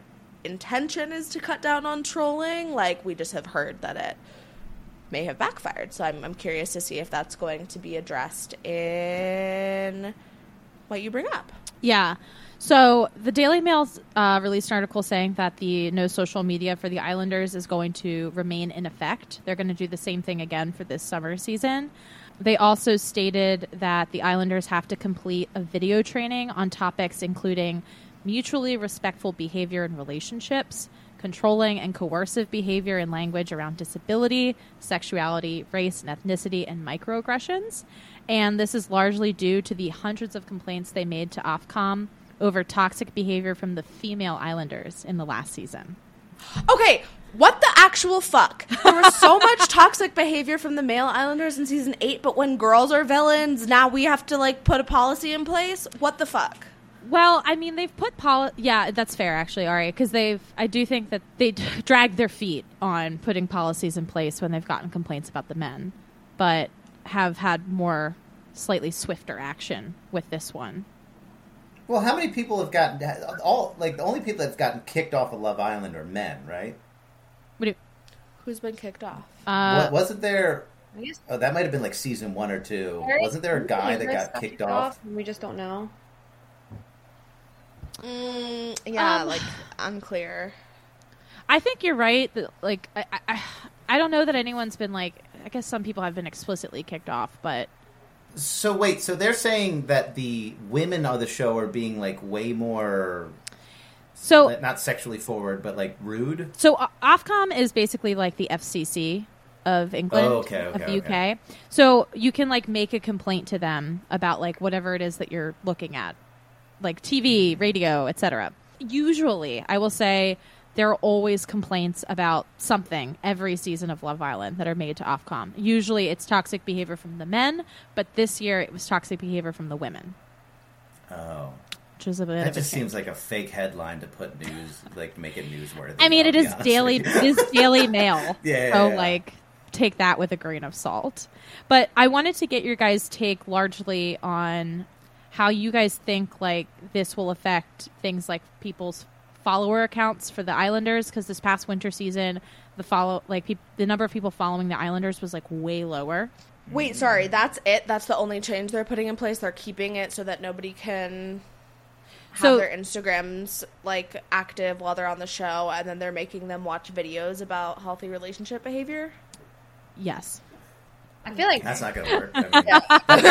E: intention is to cut down on trolling, like we just have heard that it may have backfired. So I'm I'm curious to see if that's going to be addressed in what you bring up.
F: Yeah. So the Daily Mail uh, released an article saying that the no social media for the Islanders is going to remain in effect. They're going to do the same thing again for this summer season. They also stated that the Islanders have to complete a video training on topics including mutually respectful behavior in relationships, controlling and coercive behavior and language around disability, sexuality, race and ethnicity, and microaggressions. And this is largely due to the hundreds of complaints they made to Ofcom over toxic behavior from the female Islanders in the last season.
E: Okay, what the actual fuck? There was so much toxic behavior from the male Islanders in season 8, but when girls are villains, now we have to like put a policy in place? What the fuck?
F: Well, I mean, they've put poli- yeah, that's fair actually, Ari, because they've I do think that they d- dragged their feet on putting policies in place when they've gotten complaints about the men, but have had more slightly swifter action with this one.
D: Well, how many people have gotten all like the only people that've gotten kicked off of Love Island are men, right?
F: What you,
E: Who's been kicked off?
F: Uh,
D: what, wasn't there? Oh, that might have been like season one or two.
H: There is-
D: Wasn't there a guy that
H: there's
D: got
H: stuff
D: kicked off?
H: and We just don't know.
E: Mm, yeah,
F: Um,
E: like unclear.
F: I think you're right. That, like, I, I- I, I don't know that anyone's been like. I guess some people have been explicitly kicked off, but
D: So wait, so they're saying that the women on the show are being like way more
F: so
D: not sexually forward, but like rude.
F: So O- Ofcom is basically like the FCC of England,
D: Oh, okay,
F: of
D: okay,
F: the UK.
D: okay.
F: So you can like make a complaint to them about like whatever it is that you're looking at, like TV, radio, etc. Usually, I will say there are always complaints about something every season of Love Island that are made to Ofcom. Usually, it's toxic behavior from the men, but this year it was toxic behavior from the women,
D: Oh,
F: which is a bit.
D: that
F: of a
D: just
F: shame.
D: seems like a fake headline to put news, like make it newsworthy.
F: I mean,
D: I'll
F: it
D: be
F: is
D: honest
F: daily.
D: with
F: It
D: you.
F: is daily mail.
D: Yeah,
F: So
D: yeah.
F: like, take that with a grain of salt. But I wanted to get your guys' take largely on how you guys think like this will affect things like people's follower accounts for the Islanders because this past winter season, the follow like peop the number of people following the Islanders was like way lower.
E: Wait, sorry, that's it. That's the only change they're putting in place. They're keeping it so that nobody can have
F: So-
E: their Instagrams like active while they're on the show, and then they're making them watch videos about healthy relationship behavior.
F: Yes.
H: I feel like
D: That's not going to work. I mean,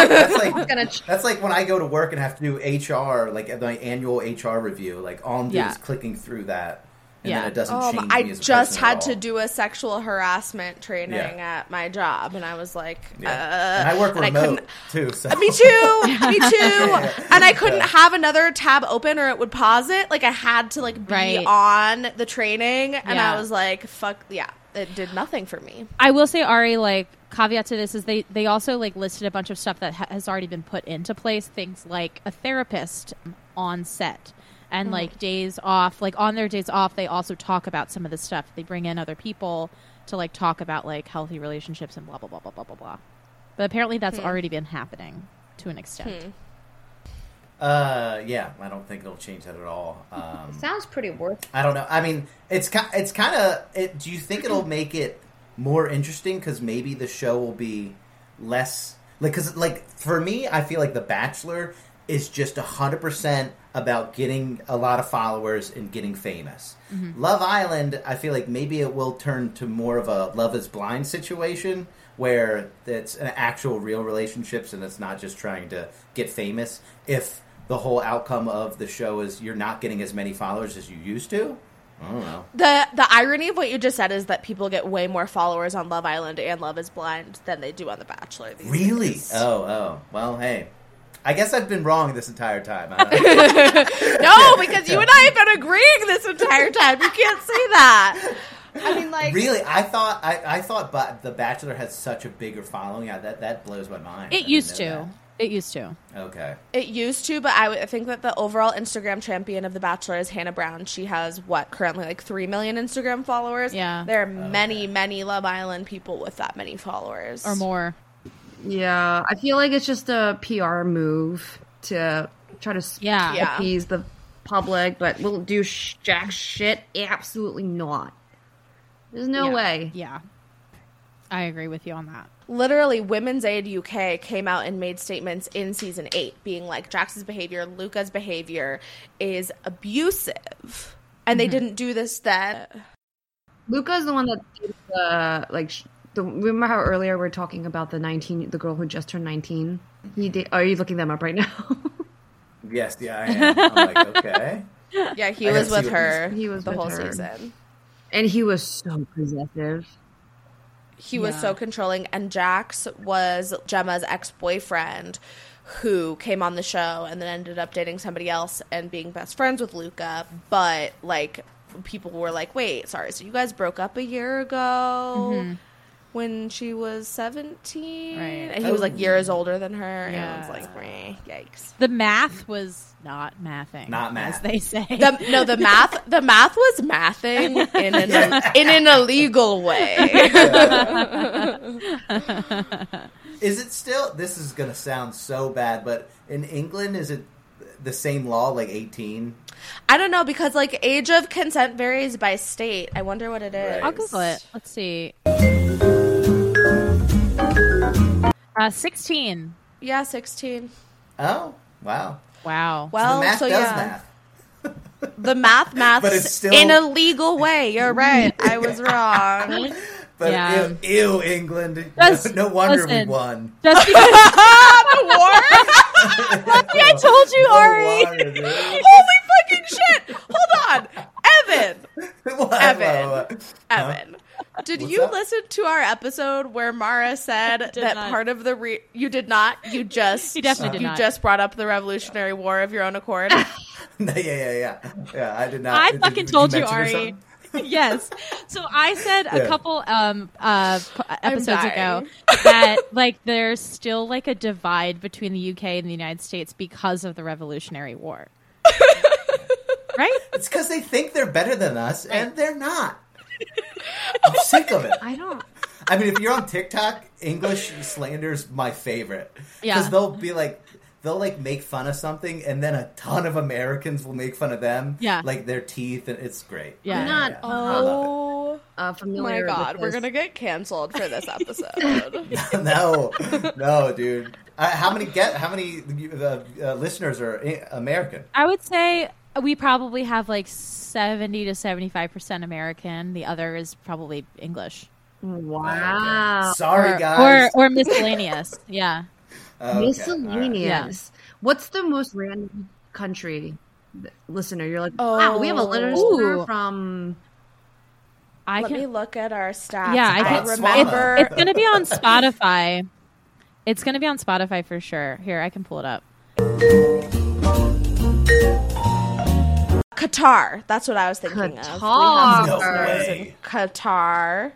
D: that's, like,
H: Gonna-
D: that's like when I go to work and have to do HR, like at my annual HR review. Like all I'm doing
F: Yeah.
D: is clicking through that, and
F: Yeah.
D: then it doesn't
E: Um,
D: change.
E: I
D: me as a
E: just
D: person at
E: had to
D: all.
E: do a sexual harassment training
D: Yeah.
E: at my job, and I was like,
D: Yeah.
E: uh,
D: and I work
E: and I
D: remote
E: couldn't- Uh,
D: too. So
E: me too, me too. And I couldn't have another tab open or it would pause it. Like I had to like be
F: Right.
E: on the training, and
F: Yeah.
E: I was like, fuck, yeah, it did nothing for me.
F: I will say Ari like caveat to this is they they also like listed a bunch of stuff that ha- has already been put into place things like a therapist on set and like days off like on their days off they also talk about some of the stuff they bring in other people to like talk about like healthy relationships and blah blah blah blah blah blah blah but apparently that's already been happening to an extent
D: Uh, yeah, I don't think it'll change that at all. Um,
H: sounds pretty worth.
D: I don't know. I mean, it's ki- it's kind of. It, do you think it'll make it more interesting? Because maybe the show will be less like because like for me, I feel like The Bachelor is just hundred percent about getting a lot of followers and getting famous.
H: Mm-hmm.
D: Love Island, I feel like maybe it will turn to more of a Love Is Blind situation where it's an actual real relationships and it's not just trying to get famous. If the whole outcome of the show is you're not getting as many followers as you used to. I don't know.
E: The the irony of what you just said is that people get way more followers on Love Island and Love Is Blind than they do on The Bachelor. These
D: Really?
E: days.
D: Oh, oh. Well, hey. I guess I've been wrong this entire time.
E: no, because you and I have been agreeing this entire time. You can't say that. I mean, like
D: really, I thought I, I thought, but The Bachelor has such a bigger following. I, that that blows my mind. I
F: It
D: didn't
F: used to.
D: know
F: It used to.
D: that. Okay.
E: It used to, but I, would- I think that the overall Instagram champion of The Bachelor is Hannah Brown. She has what currently like three million Instagram followers.
F: Yeah.
E: there are many, many Love Island people with that many followers
F: Or more.
H: Yeah, I feel like it's just a PR move to try to s-
F: Yeah.
E: Yeah.
H: appease the public, but will it do sh- jack shit? Absolutely not. There's no
F: Yeah.
H: way.
F: Yeah. I agree with you on that.
E: Literally, Women's Aid UK came out and made statements in season eight, being like Jax's behavior, Luca's behavior is abusive, and
F: Mm-hmm.
E: they didn't do this then.
F: Uh,
H: Luca's the one that did the like. sh- The, remember how earlier we are talking about the nineteen, the girl who just turned nineteen. He did. Are you looking them up right now?
D: Yes. Yeah. I am. I'm like, okay.
E: Yeah, he
D: I gotta
E: was
D: see
E: with
D: what
E: her.
H: He was
E: the
H: with
E: whole
H: her.
E: season.
H: and he was so possessive.
E: He was so controlling, and Jax was Gemma's ex boyfriend who came on the show and then ended up dating somebody else and being best friends with Luca. But like, people were like, "Wait, sorry, so you guys broke up a year ago?"
H: Mm-hmm.
E: When she was seventeen,
F: Right.
E: and he was like years older than her,
F: Yeah.
E: and it was like, meh, "Yikes!"
F: The math was not mathing.
D: Not
F: As
D: math.
F: they say.
E: The, no, the math, the math was mathing in an in an illegal way.
D: Is it still? This is gonna sound so bad, but in England, is it the same law? Like eighteen?
E: I don't know because like age of consent varies by state. I wonder what it is.
F: I'll Google it. Let's see. Uh, 16.
E: Yeah, sixteen.
D: Oh wow.
F: Wow.
E: Well,
D: the math
E: so
D: does
E: yeah,
D: math.
E: the math math
D: But it's still-
E: in a legal way. You're right. I was wrong.
D: But
F: Yeah.
D: ew, ew, England.
F: That's-
D: no wonder
F: listen.
D: we won.
F: Just because I told you,
D: No
F: Ari.
D: wonder, dude.
E: Holy fucking shit! Hold on, Evan.
D: Whoa,
E: Evan.
D: whoa, whoa.
E: Evan, did
D: What's
E: you
D: up?
E: listen to our episode where Mara said that
F: not.
E: part of the re- you did not you just
F: He definitely did
E: you
F: not.
E: just brought up the Revolutionary War of your own accord?
D: No, yeah, yeah, yeah. Yeah, I did not.
F: I
D: did-
F: fucking
D: did
F: told you,
D: mention or
F: Ari.
D: something?
F: yes. So I said a
D: Yeah.
F: couple um uh p- episodes ago
E: dying.
F: that like there's still like a divide between the UK and the United States because of the Revolutionary War. right?
D: It's because they think they're better than us, and they're not. I'm sick of it.
H: I don't.
D: I mean, if you're on TikTok, English slander's my favorite.
F: Yeah.
D: Because they'll be like, they'll like make fun of something, and then a ton of Americans will make fun of them.
F: Yeah.
D: Like their teeth, and it's great.
F: Yeah.
H: I'm not
D: I love
E: Oh
H: uh,
E: my
H: familiar.
E: god,
H: with
E: we're
H: this.
E: gonna get canceled for this episode.
D: it. no, no, dude. Uh, how many get? How many uh, uh, listeners are uh, American?
F: I would say we probably have like 70 to 75% American. The other is probably English. Ah,
H: Wow.
D: Sorry,
F: or,
D: guys.
F: Or, or miscellaneous. yeah.
D: Okay, alright.
H: Miscellaneous. What's the most random country th- listener? You're like, oh, we have a listener
F: Ooh.
H: from.
F: I
E: Let
F: can
E: me look at our stats.
F: Yeah, I
E: I,
F: can-
E: remember.
F: It's going to be on Spotify. It's going to be on Spotify for sure. Here, I can pull it up.
E: Qatar. That's what I was thinking of.
H: Qatar.
E: We have
D: No
E: listeners in
D: way.
E: Qatar.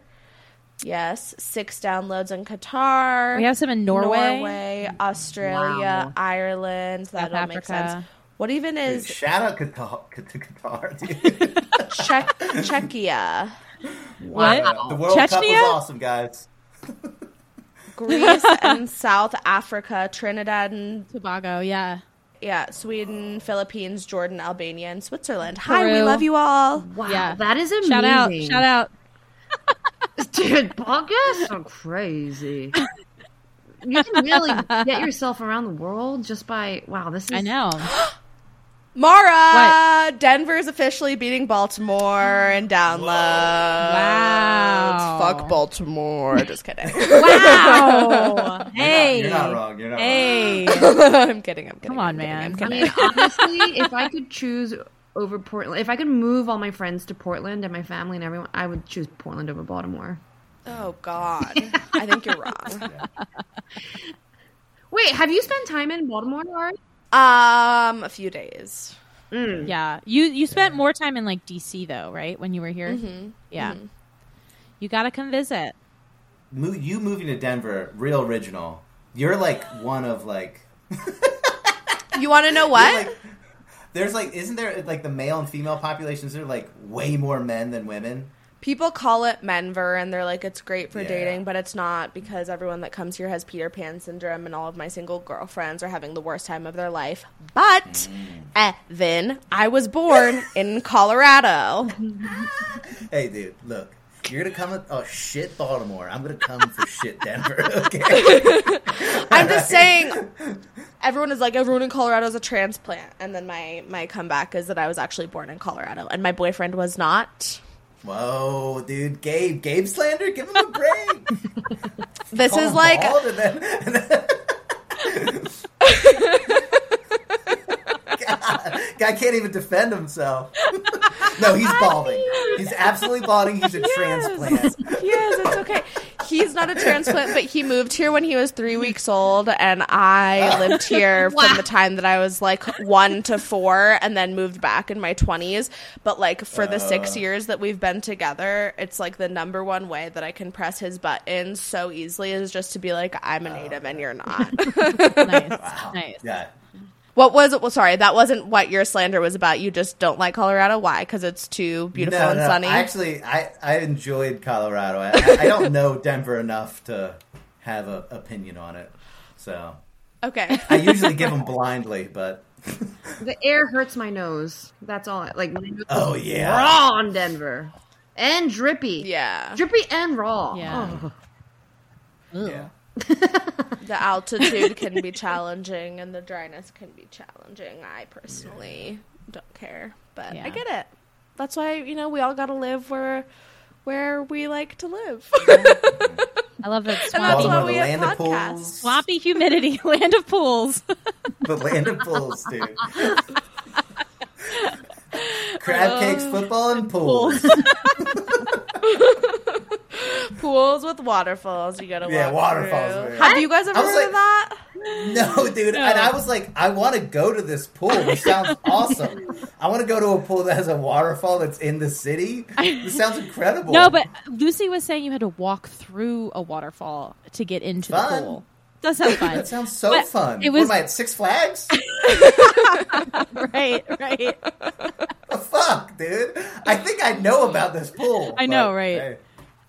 E: Yes, six downloads in Qatar.
F: We have some in Norway.
E: Norway, Australia,
H: Wow.
E: Ireland. That all makes
F: Africa.
E: sense. What even
D: Dude,
E: is
D: shout out Qatar, to Qatar. dude.
E: Czech- Czechia,
F: What?
D: the World Cup was
F: Chechnya?
D: awesome, guys.
E: Greece, and South Africa, Trinidad and
F: Tobago, yeah.
E: yeah, Sweden, Philippines, Jordan, Albania, and Switzerland. Hi, we
F: Peru.
E: love you all.
H: Wow,
F: Yeah.
H: that is amazing.
F: Shout out, shout out.
H: Dude, podcasts are crazy. You can really get yourself around the world just by wow. This is
F: I know.
E: Mara, Denver's officially beating Baltimore and downloads.
F: Wow.
E: Fuck Baltimore. Just kidding.
F: Wow. hey.
D: You're not wrong. You're not wrong.
F: Hey.
E: I'm kidding. I'm kidding.
F: Come on,
E: I'm kidding, I'm
F: man.
H: I mean, honestly, if I could choose over Portland, if I could move all my friends to Portland and my family and everyone, I would choose Portland over Baltimore.
E: kidding. Oh God. I think you're wrong.
H: Wait, have you spent time in Baltimore? Lauren?
E: Um, a few days.
F: Yeah, you you spent more time in like DC though, right? When you were here,
E: Mhm.
F: yeah. You gotta come visit.
D: Mo- you moving to Denver, real original. You're like one of like
E: You want to know what?
D: there's like isn't there like the male and female populations? There like way more men than women.
E: People call it Menver and they're like it's great for
D: Yeah.
E: dating, but it's not because everyone that comes here has Peter Pan syndrome and all of my single girlfriends are having the worst time of their life. But Evan, I was born in Colorado.
D: Hey, dude, look. You're gonna come. With, oh shit, Baltimore. I'm gonna come for shit, Denver. Okay.
E: I'm just saying everyone is like everyone in Colorado is a transplant and then my my comeback is that I was actually born in Colorado and my boyfriend was not.
D: Whoa, dude, Gabe, Gabe slander. Give him a break.
E: This
D: Call
E: is
D: him
E: like
D: bald and then- and then- God, guy can't even defend himself. no, he's balding. He's absolutely balding. He's a transplant.
E: yes, it's okay. He's not a transplant, but he moved here when he was three weeks old, and I lived here from the time that I was like one to four, and then moved back in my 20s. But like for the six years that we've been together, it's like the number one way that I can press his buttons so easily is just to be like, I'm a native and you're not.
F: Nice, nice.
D: Yeah.
E: what was it? Well, sorry, that wasn't what your slander was about. You just don't like Colorado. Why? Because it's too beautiful
D: No,
E: and
D: no,
E: sunny.
D: Actually, I, I enjoyed Colorado. I, I I don't know Denver enough to have an opinion on it. So
E: okay.
D: I usually give them blindly, but
H: The air hurts my nose. That's all. I, like my nose
D: Oh,
H: is
D: yeah.
H: raw in Denver and drippy.
E: Yeah.
H: drippy and raw.
F: Yeah.
H: Oh.
D: yeah.
E: the altitude can be challenging and the dryness can be challenging. I personally don't care, but
F: Yeah.
E: I get it. That's why you know we all got to live where where we like to live.
F: I love that
E: That's
F: swampy,
E: why
D: Baltimore,
E: we
D: the
E: have
D: land of
E: podcasts.
D: pools.
F: swampy humidity, land of pools.
D: The land of pools, dude. Crab cakes,
F: Oh.
D: football, and pools.
E: Pools with waterfalls. You got to
D: Yeah,
E: walk
D: waterfalls,
E: through.
D: man.
E: Have you guys ever
D: I was
E: heard
D: like-
E: of that?
D: No, dude. And I was like, I want to go to this pool. This sounds awesome. I want to go to a pool that has a waterfall that's in the city. This sounds incredible.
F: No, but Lucy was saying you had to walk through a waterfall to get into
D: Fun.
F: the pool. Does sound fun.
D: that sounds so
F: But
D: fun.
F: It
D: What
F: was
D: am I at Six Flags?
F: right, right.
D: the fuck, dude. I think I know about this pool.
F: I know,
D: but,
F: right.
D: hey.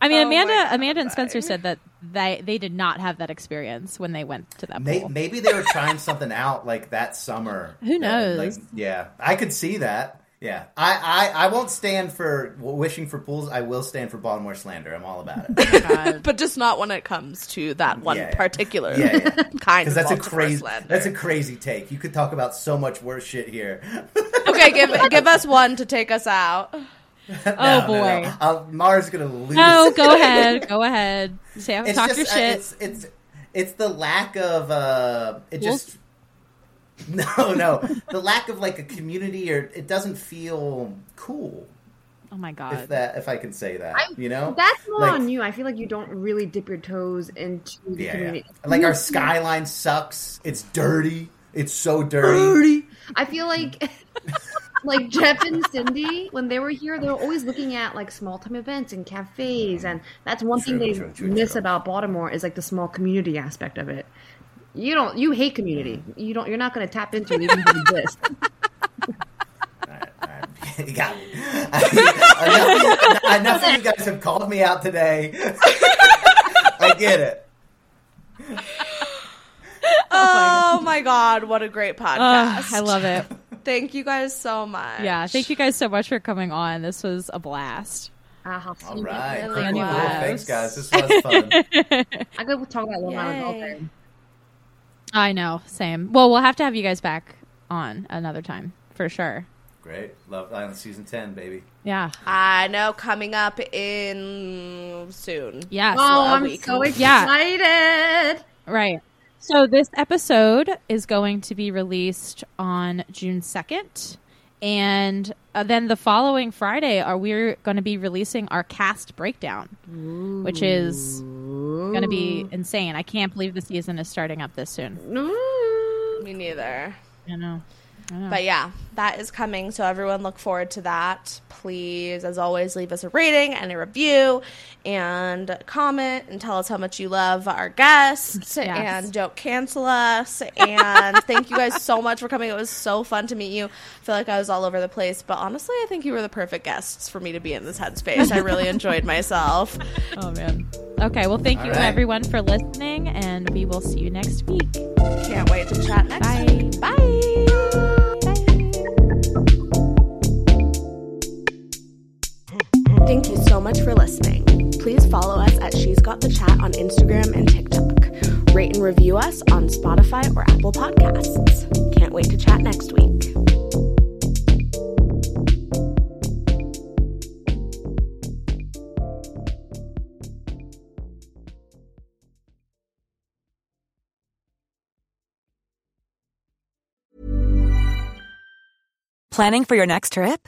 F: I mean,
E: Oh my
F: Amanda, Amanda, and Spencer said that they they did not have that experience when they went to that
D: May-
F: pool.
D: Maybe they were trying something out like that summer.
F: Who
D: That-
F: knows?
D: like, yeah, I could see that. Yeah, I, I, I won't stand for wishing for pools. I will stand for Baltimore slander. I'm all about it
E: But just not when it comes to that one
D: Yeah, yeah.
E: particular
D: Yeah, yeah.
E: kind.
D: because
E: Of
D: that's a
E: Baltimore
D: crazy
E: slander.
D: that's a crazy take. You could talk about so much worse shit here.
E: okay. Give give us one to take us out.
F: oh
D: No, no,
F: boy.
D: no. Uh, Mars gonna lose.
F: No, go ahead. Go ahead. Say,
D: It's
F: talk
D: just,
F: your
D: uh,
F: shit.
D: it's, it's it's the lack of uh, it just no no the lack of like a community or it doesn't feel cool
F: oh my
D: if
F: god.
D: that if I can say that
H: I-
D: you know
H: That's more
D: Like-
H: on you. I feel like you don't really dip your toes into the
D: yeah, yeah
H: community.
D: like our skyline sucks it's dirty it's so dirty
H: I feel like like Jeff and Cindy when they were here, they were always looking at like small time events and cafes, and that's one thing they
D: True, true, true,
H: miss
D: true.
H: about Baltimore is like the small community aspect of it. You don't. You hate community. You don't. You're not going to tap into it even if it exists.
D: you got me enough, enough of you guys have called me out today I get it
E: Oh my god! What a great
F: Ugh,
E: podcast.
F: I love it.
E: Thank you guys so much.
F: Yeah, thank you guys so much for coming on. This was a blast.
H: Uh, how sweet
D: all
H: it
D: right
H: really
D: cool, cool, cool.
H: was.
D: thanks guys this was fun
H: I could talk about Long Island all
E: Yay.
H: day.
F: I know. Same. Well, we'll have to have you guys back on another time for sure.
D: great Love Island season ten baby
F: Yeah.
E: I know coming up in soon.
F: Yes.
H: Oh, I'm
E: week.
H: so excited!
F: Yeah. Right. So this episode is going to be released on June 2nd. And uh, then the following uh, Friday are we're going to be releasing our cast breakdown, which is Going to be insane. I can't believe the season is starting up this soon.
E: Me neither.
F: I know. I know.
E: But yeah, that is coming. So everyone look forward to that. Please, as always, leave us a rating and a review and comment and tell us how much you love our guests
F: Yes.
E: and don't cancel us. And thank you guys so much for coming. It was so fun to meet you. I feel like I was all over the place, but honestly, I think you were the perfect guests for me to be in this headspace. I really enjoyed myself.
F: Oh man. Okay, well, thank
E: All
F: you
E: right.
F: everyone for listening, and we will see you next week.
E: Can't wait to chat next week. Bye. Thank you so much for listening. Please follow us at She's Got the Chat on Instagram and TikTok. Rate and review us on Spotify or Apple Podcasts. Can't wait to chat next week.
J: Planning for your next trip?